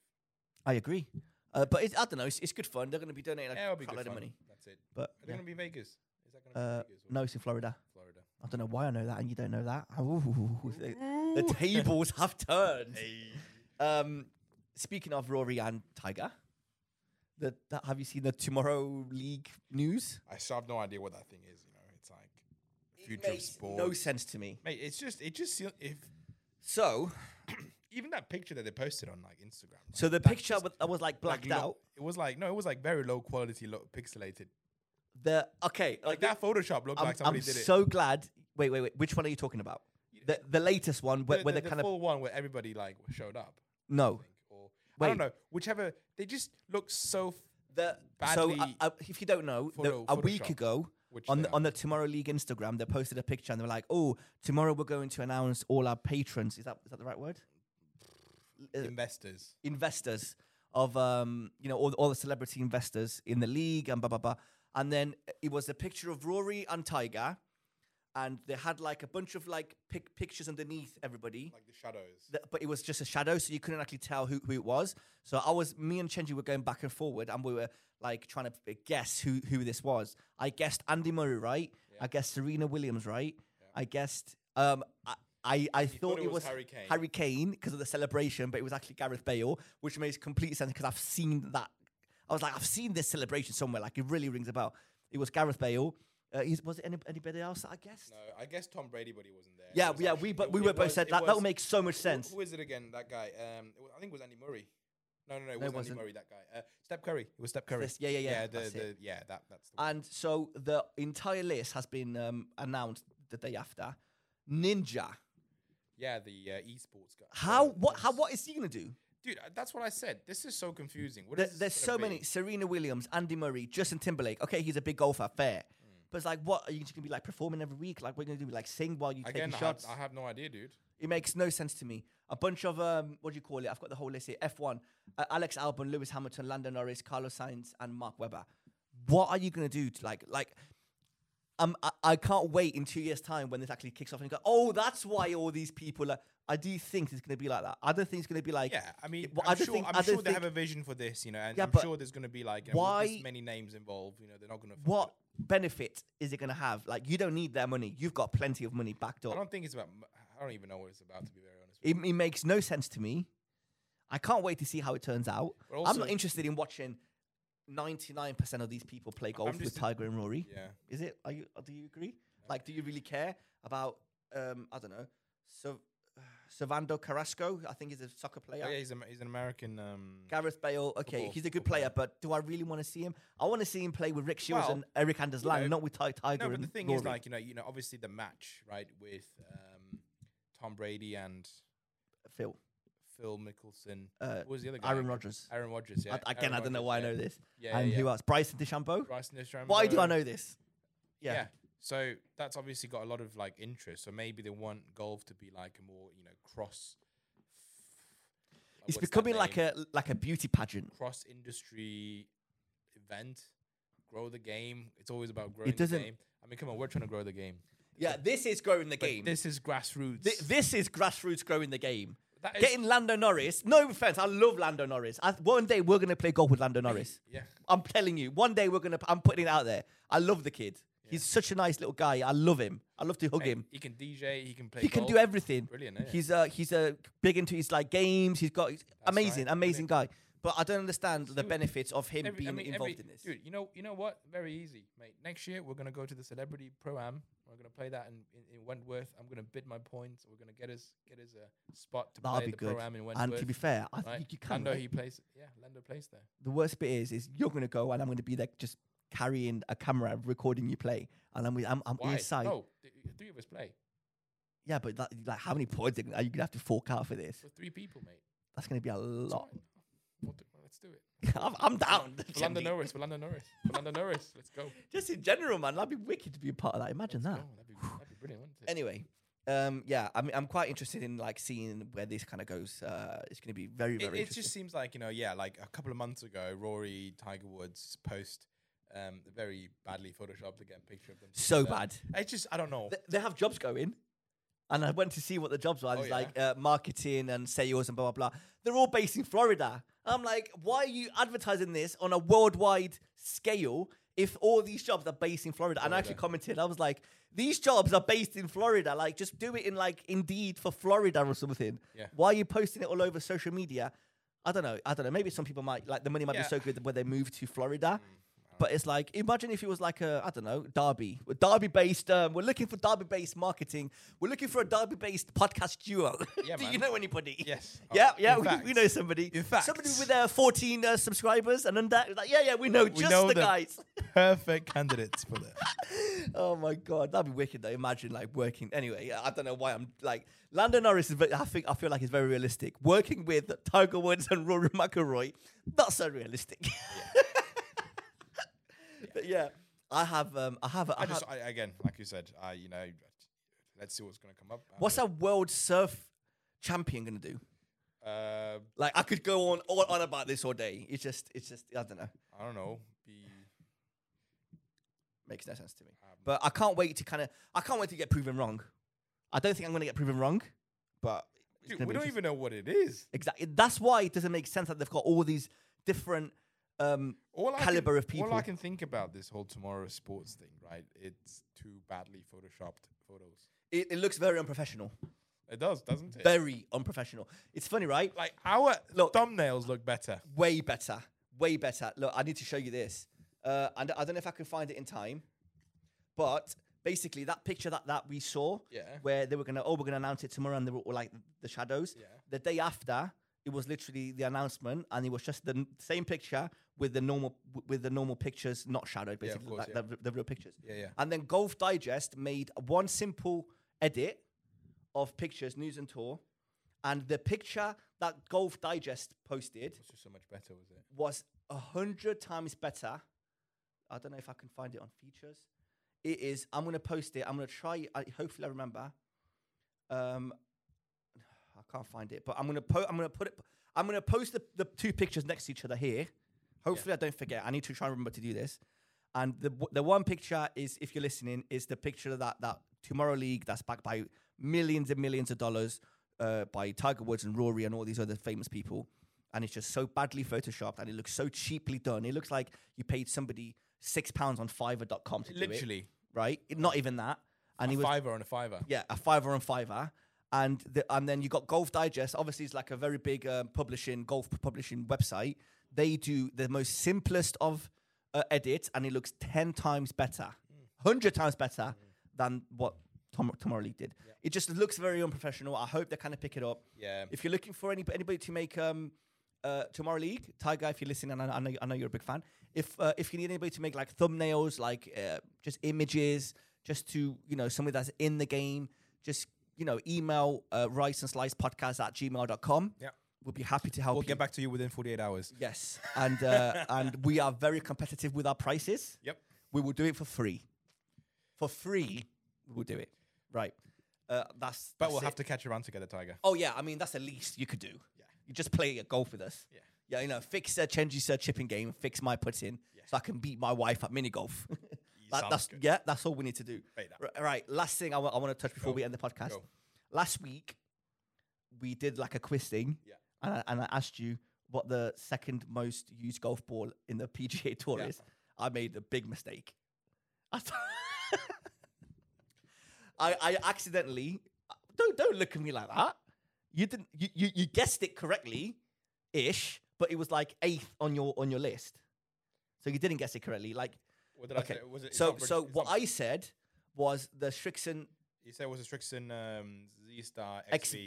S2: I agree. Uh, but it's, I don't know. It's, it's good fun. They're going to be donating like
S1: yeah, it'll
S2: a
S1: be
S2: crap
S1: good
S2: load of
S1: fun.
S2: money.
S1: That's it.
S2: But
S1: Are they
S2: yeah.
S1: gonna be in Vegas? Is that gonna
S2: Uh,
S1: be Vegas or
S2: no, it's in Florida.
S1: Florida?
S2: I don't know why I know that and you don't know that. Ooh, the, the tables have turned. Um, speaking of Rory and Tiger, the, that, have you seen the Tomorrow League news?
S1: I still have no idea what that thing is. You know, it's like future of sport.
S2: no sense to me.
S1: Mate, it's just it just feel- if
S2: So,
S1: even that picture that they posted on like Instagram. like,
S2: so the
S1: that
S2: picture
S1: just,
S2: was, was like
S1: like,
S2: blacked
S1: lo-
S2: out.
S1: It was like no, it was like very low quality, lo- pixelated.
S2: The okay,
S1: Like
S2: like
S1: that Photoshop looked
S2: I'm,
S1: like somebody
S2: I'm
S1: did it.
S2: so glad. Wait, wait, wait. Which one are you talking about? The, the latest one where,
S1: the,
S2: where
S1: the,
S2: they
S1: the
S2: kind of
S1: full one where everybody like showed up.
S2: no.
S1: think, or I don't
S2: Wait.
S1: know, whichever. They just look so. F-
S2: The, so uh,
S1: badly
S2: uh, if you don't know, the-
S1: photo-
S2: a week
S1: photoshopped,
S2: ago
S1: which
S2: on
S1: they
S2: the, on the Tomorrow League Instagram, they posted a picture and they were like, "Oh, tomorrow we're going to announce all our patrons. Is that is that the right word? uh,
S1: are. investors.
S2: Investors of um, you know, all, all the celebrity investors in the league and blah blah blah." And then it was a picture of Rory and Tiger, and they had like a bunch of like pic- pictures underneath everybody
S1: Like the shadows.
S2: th- but it was just a shadow, so you couldn't actually tell who, who it was. So I was, me and Chenji were going back and forward, and we were like trying to uh, guess who who this was. I guessed Andy Murray, right? I guessed Serena Williams, right? I guessed. Um, I I, I thought,
S1: it
S2: it was
S1: was Harry Kane.
S2: because of the celebration, but it was actually Gareth Bale, which makes complete sense because I've seen that. I was like, I've seen this celebration somewhere. Like it really rings a bell. It was Gareth Bale. Uh, is, was it any, anybody else? that I guessed.
S1: no, I guess Tom Brady, but he wasn't there.
S2: Yeah,
S1: It was
S2: yeah,
S1: actually-
S2: we
S1: it-
S2: but we
S1: it
S2: were both
S1: was-
S2: said
S1: it
S2: that. That
S1: was-
S2: would make so much
S1: who-
S2: sense.
S1: Who is it again? That guy. Um, it was, I think it was Andy Murray. No, no, no, it,
S2: No, it
S1: wasn't,
S2: wasn't.
S1: Andy Murray. That guy. Uh, Steph Curry. It was Steph Curry.
S2: This- yeah, yeah, yeah,
S1: Yeah, the,
S2: that's
S1: the,
S2: it.
S1: yeah that, that's the one.
S2: And so the entire list has been um, announced the day after. Ninja,
S1: Yeah, the uh, esports guy.
S2: how
S1: Uh,
S2: what
S1: yes.
S2: how what is he gonna do?
S1: Dude, uh, that's what I said. This is so confusing. What
S2: There-
S1: is this
S2: there's so
S1: gonna be?
S2: many: Serena Williams, Andy Murray, Justin Timberlake. Okay, he's a big golfer, fair,
S1: Mm.
S2: but it's like, what are you just gonna be like performing every week? Like we're gonna do like sing while you
S1: Again,
S2: taking
S1: I have,
S2: shots?
S1: I have no idea, dude.
S2: It makes no sense to me. A bunch of um, what do you call it? I've got the whole list here: F1, uh, Alex Albon, Lewis Hamilton, Lando Norris, Carlos Sainz, and Mark Webber. What are you gonna do? To, like, like, um, I, I can't wait in two years' time when this actually kicks off and go, oh, that's why all these people are. I do think it's gonna be like that. I don't think it's gonna be like,
S1: Yeah, I mean,
S2: well,
S1: I'm,
S2: I don't
S1: sure,
S2: think- I
S1: I'm
S2: don't
S1: sure they have a
S2: think-
S1: vision for this, you know, and
S2: Yeah,
S1: I'm
S2: but
S1: sure there's going to be like you know, this
S2: why-
S1: many names involved. You know, they're not going to.
S2: what benefit is it gonna have? Like, you don't need their money. You've got plenty of money backed
S1: I
S2: up.
S1: don't think it's about. m- I don't even know what it's about to be very honest. With you.
S2: It, it makes no sense to me. I can't wait to see how it turns out.
S1: But
S2: I'm
S1: also-
S2: not interested in watching 99% of these people play golf
S1: I'm
S2: with
S1: just-
S2: Tiger and Rory.
S1: Yeah.
S2: Is it? Are you? uh, Do you agree? Like, do you really care about? Um, I don't know. So, Savando Carrasco, I think he's a soccer player.
S1: Oh, yeah, he's, a, he's an American. Um,
S2: Gareth Bale, okay,
S1: Football-
S2: he's a good
S1: football
S2: player, but do I really want to see him? I want to see him play with Rick Shields
S1: Well,
S2: and Eric Anders
S1: you
S2: Lang,
S1: know,
S2: not with Ty Tiger.
S1: no, but
S2: and
S1: the thing is,
S2: Rory.
S1: like you know, you know, obviously the match right with um, Tom Brady and
S2: Phil,
S1: Phil Mickelson.
S2: Uh,
S1: what was the other guy?
S2: Aaron Rodgers.
S1: Aaron Rodgers. Yeah.
S2: I, again,
S1: Aaron
S2: I don't know
S1: Rodgers,
S2: why
S1: yeah.
S2: I know this.
S1: Yeah,
S2: and
S1: yeah,
S2: who
S1: yeah.
S2: else? Bryson DeChambeau.
S1: Bryson DeChambeau.
S2: Why do I know this?
S1: Yeah.
S2: Yeah,
S1: So that's obviously got a lot of like interest. So maybe they want golf to be like a more you know cross.
S2: it's
S1: what's that
S2: becoming like
S1: name?
S2: a like a beauty pageant.
S1: cross industry event. Grow the game. It's always about growing
S2: doesn't-
S1: the game. I mean, come on, we're trying to grow the game.
S2: Yeah, this is growing the
S1: But
S2: game.
S1: This is grassroots.
S2: Thi- this is grassroots growing the game.
S1: That is-
S2: Getting Lando Norris. No offense, I love Lando Norris. I, one day we're gonna play golf with Lando Norris.
S1: yeah.
S2: I'm telling you, one day we're gonna. I'm putting it out there. I love the kid. He's such a nice little guy. I love him. I love to hug him.
S1: He can DJ. He can play.
S2: He can
S1: golf.
S2: do everything.
S1: Brilliant, innit?
S2: He's uh he's uh, big into his like games. He's got he's amazing,
S1: right,
S2: amazing guy. But I don't understand the benefits of him
S1: Every-
S2: being
S1: I mean,
S2: involved
S1: every-
S2: in this.
S1: Dude, you know, you know what? Very easy, mate. Next year we're gonna go to the celebrity pro am. We're gonna play that in, in, in Wentworth. I'm gonna bid my points. We're gonna get his get his a spot to
S2: That'll
S1: play
S2: be
S1: the
S2: good.
S1: pro am in Wentworth.
S2: And to be fair, I
S1: right?
S2: think you can.
S1: Lando,
S2: right?
S1: he plays. Yeah, Lando plays there.
S2: the worst bit is, is you're gonna go and I'm gonna be like just carrying a camera, recording you play, and I'm I'm, I'm
S1: Why? Oh.
S2: inside.
S1: No, th- three of us play.
S2: Yeah, but that, like, how many points are you gonna have to fork out for this?
S1: We're three people, mate.
S2: That's gonna be a
S1: It's
S2: lot.
S1: fine. We'll do- let's do it.
S2: I'm, I'm down.
S1: For Lando Norris. For Lando Norris. For Lando Norris. Let's go.
S2: Just in general, man, that'd be wicked to be a part of that. Imagine
S1: Let's
S2: that.
S1: go. That'd, be, that'd be brilliant, wouldn't it?
S2: Anyway, um, yeah, I mean, I'm quite interested in like seeing where this kind of goes. Uh, it's gonna be very,
S1: it,
S2: very.
S1: it just seems like you know yeah like a couple of months ago rory tiger woods post um the very badly photoshopped again picture of them
S2: So
S1: together.
S2: bad.
S1: it's just i don't know
S2: Th- they have jobs going. And I went to see what the jobs were.
S1: Oh,
S2: It's
S1: yeah?
S2: like uh, marketing and sales and blah, blah, blah. They're all based in Florida. I'm like, why are you advertising this on a worldwide scale if all these jobs are based in Florida? And I actually commented, I was like, these jobs are based in Florida. Like, just do it in like Indeed for Florida or something.
S1: Yeah.
S2: Why are you posting it all over social media? I don't know. I don't know. Maybe some people might like the money might
S1: Yeah. Mm.
S2: be so good where they move to Florida. But it's like, imagine if it was like a, I don't know, Derby, We're Derby based. Um, we're looking for Derby based marketing. We're looking for a Derby based podcast duo.
S1: Yeah,
S2: Do you
S1: man.
S2: know anybody?
S1: Yes.
S2: Yeah,
S1: Oh,
S2: yeah,
S1: in
S2: we, we
S1: fact-
S2: know somebody.
S1: in fact-
S2: somebody with uh, 14 uh, subscribers and under. Like, yeah, yeah, we know just
S1: know
S2: the
S1: them.
S2: guys.
S1: perfect candidates for that
S2: Oh my god, that'd be wicked though. Imagine like working. Anyway, I don't know why I'm like Landon Norris is. Very, I think I feel like it's very realistic. Working with Tiger Woods and Rory McIlroy, not so realistic. but yeah, I have. Um, I have. I,
S1: i
S2: have
S1: just I, again like you said i you know let's see what's going to come up
S2: what's a world surf champion gonna do?
S1: uh
S2: Like I could go on all on about this all day. It's just. It's just. I don't know.
S1: i don't know be
S2: Makes no sense to me.
S1: Um,
S2: But I can't wait to kind of. I can't wait to get proven wrong. I don't think I'm gonna get proven wrong, but. it's
S1: Dude,
S2: gonna
S1: we
S2: be
S1: don't
S2: interesting.
S1: even know what it is
S2: Exactly. That's why it doesn't make sense that they've got all these different. Um,
S1: all I
S2: Caliber
S1: can,
S2: of people.
S1: All I can think about this whole tomorrow sports thing, right? It's two badly photoshopped photos.
S2: it, it looks very unprofessional.
S1: It does, doesn't it?
S2: Very unprofessional. It's funny, right?
S1: like our
S2: Look.
S1: thumbnails look better.
S2: Way better. Way better. Look, I need to show you this. Uh, and I don't know if I can find it in time, but basically that picture that, that we saw,
S1: Yeah.
S2: where they were gonna oh we're gonna announce it tomorrow, and they were all like the shadows.
S1: Yeah.
S2: The day after, it was literally the announcement, and it was just the n- same picture with the normal with the normal pictures, not shadowed,
S1: of
S2: basically
S1: course,
S2: like
S1: yeah.
S2: the, the real pictures.
S1: Yeah, yeah.
S2: And then Golf Digest made one simple edit of pictures, news and tour, and the picture that Golf Digest posted
S1: It's just so much better, was it?
S2: was a hundred times better. I don't know if I can find it on features. It is. I'm gonna post it. I'm gonna try. I, hopefully, I remember. Um, I can't find it, but I'm gonna po- I'm gonna put it. I'm gonna post the, the two pictures next to each other here. Hopefully, I don't forget. I need to try and remember to do this. And the w- the one picture is, if you're listening, is the picture that that Tomorrow League that's backed by millions and millions of dollars uh, by Tiger Woods and Rory and all these other famous people. And it's just so badly photoshopped, and it looks so cheaply done. It looks like you paid somebody six pounds on Fiverr.com to do it,
S1: Literally,
S2: right? It- not even that. And he
S1: a
S2: was
S1: fiver on a fiver.
S2: yeah, a fiver on fiver. And the, and then you got Golf Digest. Obviously, it's like a very big um, uh, publishing golf publishing website. they do the most simplest of uh, edits, and it looks ten times better, hundred times better than what Tom Tomorrow League did. It just looks very unprofessional. I hope they kind of pick it up.
S1: Yeah.
S2: If you're looking for any, anybody to make um, uh, Tomorrow League, Tiger, if you're listening, and I, I, know, I know you're a big fan, if uh, if you need anybody to make like thumbnails, like uh, just images, just to, you know, somebody that's in the game, just, you know, email uh, rice and slice podcast at gmail.com.
S1: Yeah.
S2: We'll be happy to help
S1: We'll
S2: you.
S1: get back to you within 48 hours.
S2: Yes. And, uh, and we are very competitive with our prices.
S1: Yep.
S2: We will do it for free. For free, we'll do it. Right. Uh, that's.
S1: But
S2: that's
S1: we'll
S2: it.
S1: have to catch a run together, Tiger.
S2: Oh yeah, I mean that's the least you could do. Yeah. You just play a golf with us.
S1: Yeah.
S2: Yeah, you know, fix uh, Chenji's uh, chipping game, fix my putting, so I can beat my wife at mini golf. that,
S1: sounds
S2: that's
S1: good.
S2: yeah, that's all we need to do.
S1: Right now.
S2: R- right. Last thing I want to touch before
S1: Go.
S2: we end the podcast.
S1: Go.
S2: Last week we did like a quiz thing,
S1: Yeah.
S2: and I, and I asked you what the second most used golf ball in the PGA Tour
S1: Yeah.
S2: is. I made a big mistake. I th- I, I accidentally don't don't look at me like that. You didn't you, you, you guessed it correctly, ish, but it was like eighth on your on your list. So you didn't guess it correctly. Like
S1: What did
S2: okay,
S1: I say? Was it, it's
S2: so
S1: not British-
S2: so
S1: it's
S2: what
S1: not-
S2: I said was the Strixon
S1: You said it was a Strixon um, Z Star
S2: X,
S1: XV.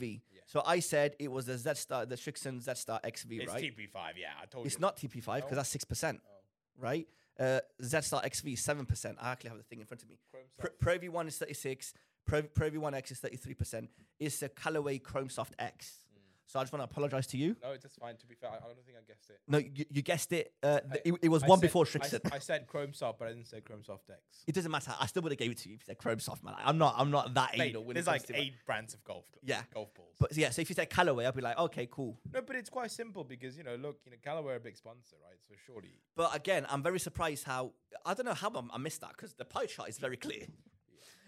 S2: XV. So I said it was the Z Star the Strixon Z Star XV,
S1: It's
S2: right?
S1: TP5, yeah. I told you.
S2: It's not TP5 because
S1: No. Oh.
S2: that's six percent, right? Uh, Star XV seven percent. I actually have the thing in front of me. Pro, Pro V1 is thirty six. Pro, Pro V1 X is thirty three percent. It's the Callaway Chrome Soft X.
S1: Mm.
S2: So I just want to apologize to you.
S1: No, it's just fine. To be fair, I I don't think I guessed it.
S2: No, you, you guessed it. Uh, th- it, it was
S1: I
S2: one
S1: said-
S2: before
S1: I s-
S2: Strixon.
S1: I, said Chrome Soft, but I didn't say Chrome Soft X.
S2: it doesn't matter. I still would have gave it to you if you said Chrome Soft, man. I'm not. I'm not that
S1: Mate,
S2: anal. when
S1: there's
S2: it comes
S1: like
S2: to my-
S1: eight brands of golf.
S2: Yeah.
S1: golf balls.
S2: But yeah, so if you said Callaway, I'd be like, okay, cool.
S1: no, but it's quite simple because you know, look, you know, Callaway are a big sponsor, right? So surely,
S2: But again, I'm very surprised how I don't know how I- I missed that because the pie chart is very clear.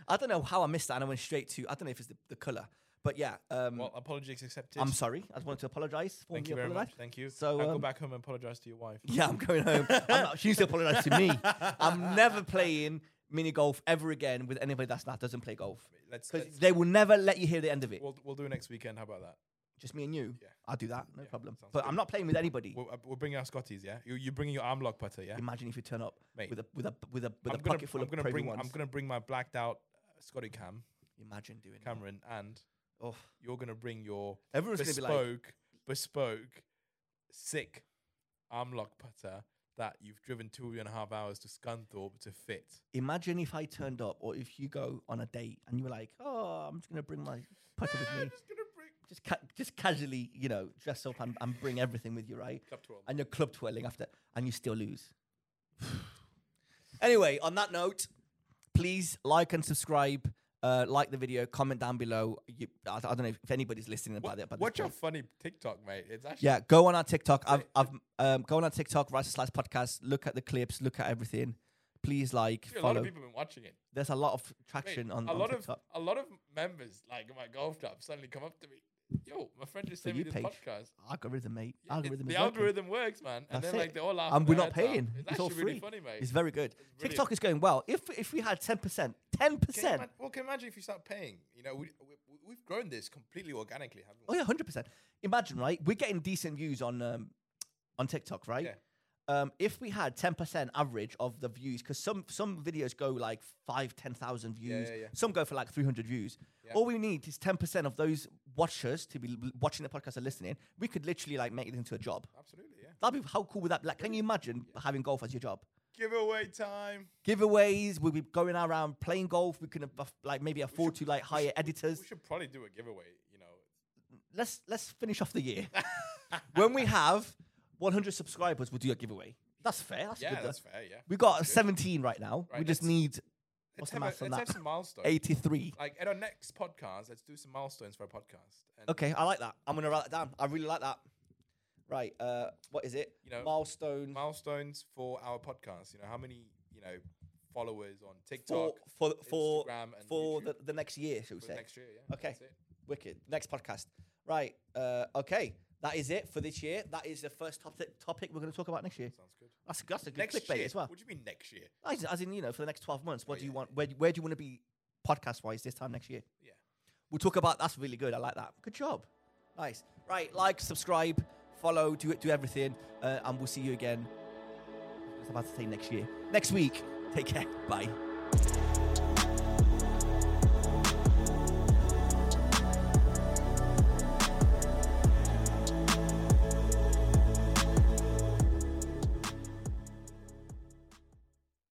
S2: I don't know how I missed that and I went straight to I don't know if it's the, the color, but yeah, um,
S1: well, apologies accepted.
S2: I'm sorry. I just wanted to apologize.
S1: Thank you very much. Thank you.
S2: So,
S1: I'll go
S2: um,
S1: back home and apologize to your wife.
S2: Yeah, I'm going home. I'm not, she needs to apologize to me. I'm never playing mini golf ever again with anybody that's not doesn't play golf
S1: Let's,
S2: because
S1: let's
S2: they will never let you hear the end of it.
S1: we'll we'll do it next weekend. How about that?
S2: Just me and you.
S1: Yeah.
S2: I'll do that, no problem.
S1: sounds
S2: But
S1: good.
S2: I'm not playing with anybody.
S1: We'll, uh, we'll bring our Scotties. Yeah, you you bringing your arm lock putter. Yeah,
S2: Imagine if you turn up
S1: Mate,
S2: with a with a with a with a
S1: I'm gonna,
S2: pocket full
S1: I'm
S2: of
S1: gonna
S2: Pro
S1: bring
S2: ones.
S1: I'm gonna bring my blacked out uh, Scotty Cam
S2: Imagine doing that.
S1: Cameron and
S2: Oh,
S1: you're gonna bring your
S2: everyone's gonna be
S1: bespoke,
S2: like.
S1: bespoke, sick arm lock putter that you've driven two and a half hours to Scunthorpe to fit.
S2: Imagine if I turned up, or if you go on a date and you were like, "Oh, I'm just gonna bring my putter with me,
S1: just gonna bring
S2: just ca- just casually, you know, dress up and, and bring everything with you, right?"
S1: cup twirl.
S2: And you're club twirling after, and you still lose. anyway, on that note, please like and subscribe. Uh, like the video, comment down below. You, I, I don't know if, if anybody's listening about it. But
S1: Watch your funny TikTok, mate. It's actually
S2: Yeah, go on our TikTok. I've, I've um, go on our TikTok, Rice and Slice podcast. Look at the clips. Look at everything. Please like,
S1: a lot
S2: follow.
S1: of people have been watching it.
S2: There's a lot of
S1: Mate,
S2: traction on,
S1: a
S2: on
S1: lot
S2: TikTok.
S1: of a lot of members like my golf club suddenly come up to me. Yo, my friend just
S2: For
S1: sent me
S2: you,
S1: this
S2: Paige.
S1: podcast.
S2: algorithm, mate.
S1: It-
S2: Algorithm.
S1: the
S2: is working.
S1: algorithm works, man. And
S2: That's
S1: then like
S2: it.
S1: they all laugh.
S2: and we're
S1: their
S2: not
S1: heads off.
S2: paying. It's,
S1: It's
S2: all
S1: actually
S2: free.
S1: really funny, mate.
S2: It's very good.
S1: brilliant.
S2: TikTok is going well. If if we had ten percent, ten
S1: Can you
S2: percent.
S1: ima- well, can you imagine if you start paying? You know, we, we we've grown this completely organically, haven't
S2: Oh
S1: we?
S2: yeah, hundred percent. Imagine, right? We're getting decent views on um, on TikTok, right?
S1: Yeah.
S2: Um, if we had ten percent average of the views, because some some videos go like five, ten thousand views,
S1: yeah, yeah.
S2: some go for like three hundred views. All we need is ten percent of those watchers to be l- watching the podcast and listening. We could literally like make it into a job.
S1: Absolutely, yeah.
S2: That'd be how cool would that? Be? Like, can you imagine having golf as your job?
S1: Giveaway time.
S2: Giveaways, we'll be going around playing golf. We can aff- like maybe afford to like hire editors.
S1: We should probably do a giveaway. You know,
S2: let's let's finish off the year. when we have 100 subscribers, we'll do a giveaway. That's fair. That's
S1: yeah,
S2: good.
S1: that's
S2: That's
S1: fair. Yeah,
S2: we got
S1: That's good.
S2: 17 right now. we
S1: Right,
S2: just
S1: let's-
S2: need
S1: Let's
S2: what's
S1: have,
S2: the maths
S1: a,
S2: on
S1: let's have
S2: that?
S1: some milestones.
S2: 83.
S1: Like at our next podcast, let's do some milestones for our podcast. And
S2: Okay, I like that. I'm gonna write that down. I really like that. Right. Uh, what is it?
S1: You know,
S2: milestone
S1: milestones for our podcast. You know, how many you know followers on
S2: for
S1: TikTok
S2: for for
S1: Instagram and
S2: for
S1: YouTube
S2: the, the next year, shall we
S1: for
S2: say?
S1: next year. Yeah.
S2: Okay.
S1: That's it.
S2: Wicked. Next podcast. Right. Uh, okay. That is it for this year. That is the first topic topic we're going to talk about next year.
S1: Sounds good.
S2: That's, that's a good
S1: Next
S2: clickbait
S1: year.
S2: as well.
S1: What do you mean next year?
S2: As, as in, you know, for the next 12 months, what do you
S1: yeah,
S2: want? Where, where do you want to be podcast wise this time next year?
S1: Yeah.
S2: We'll talk about that's really good. I like that. Good job. Nice. Right. Like, subscribe, follow, do it, do everything, uh, and we'll see you again. I was about to say next year, next week. Take care. Bye.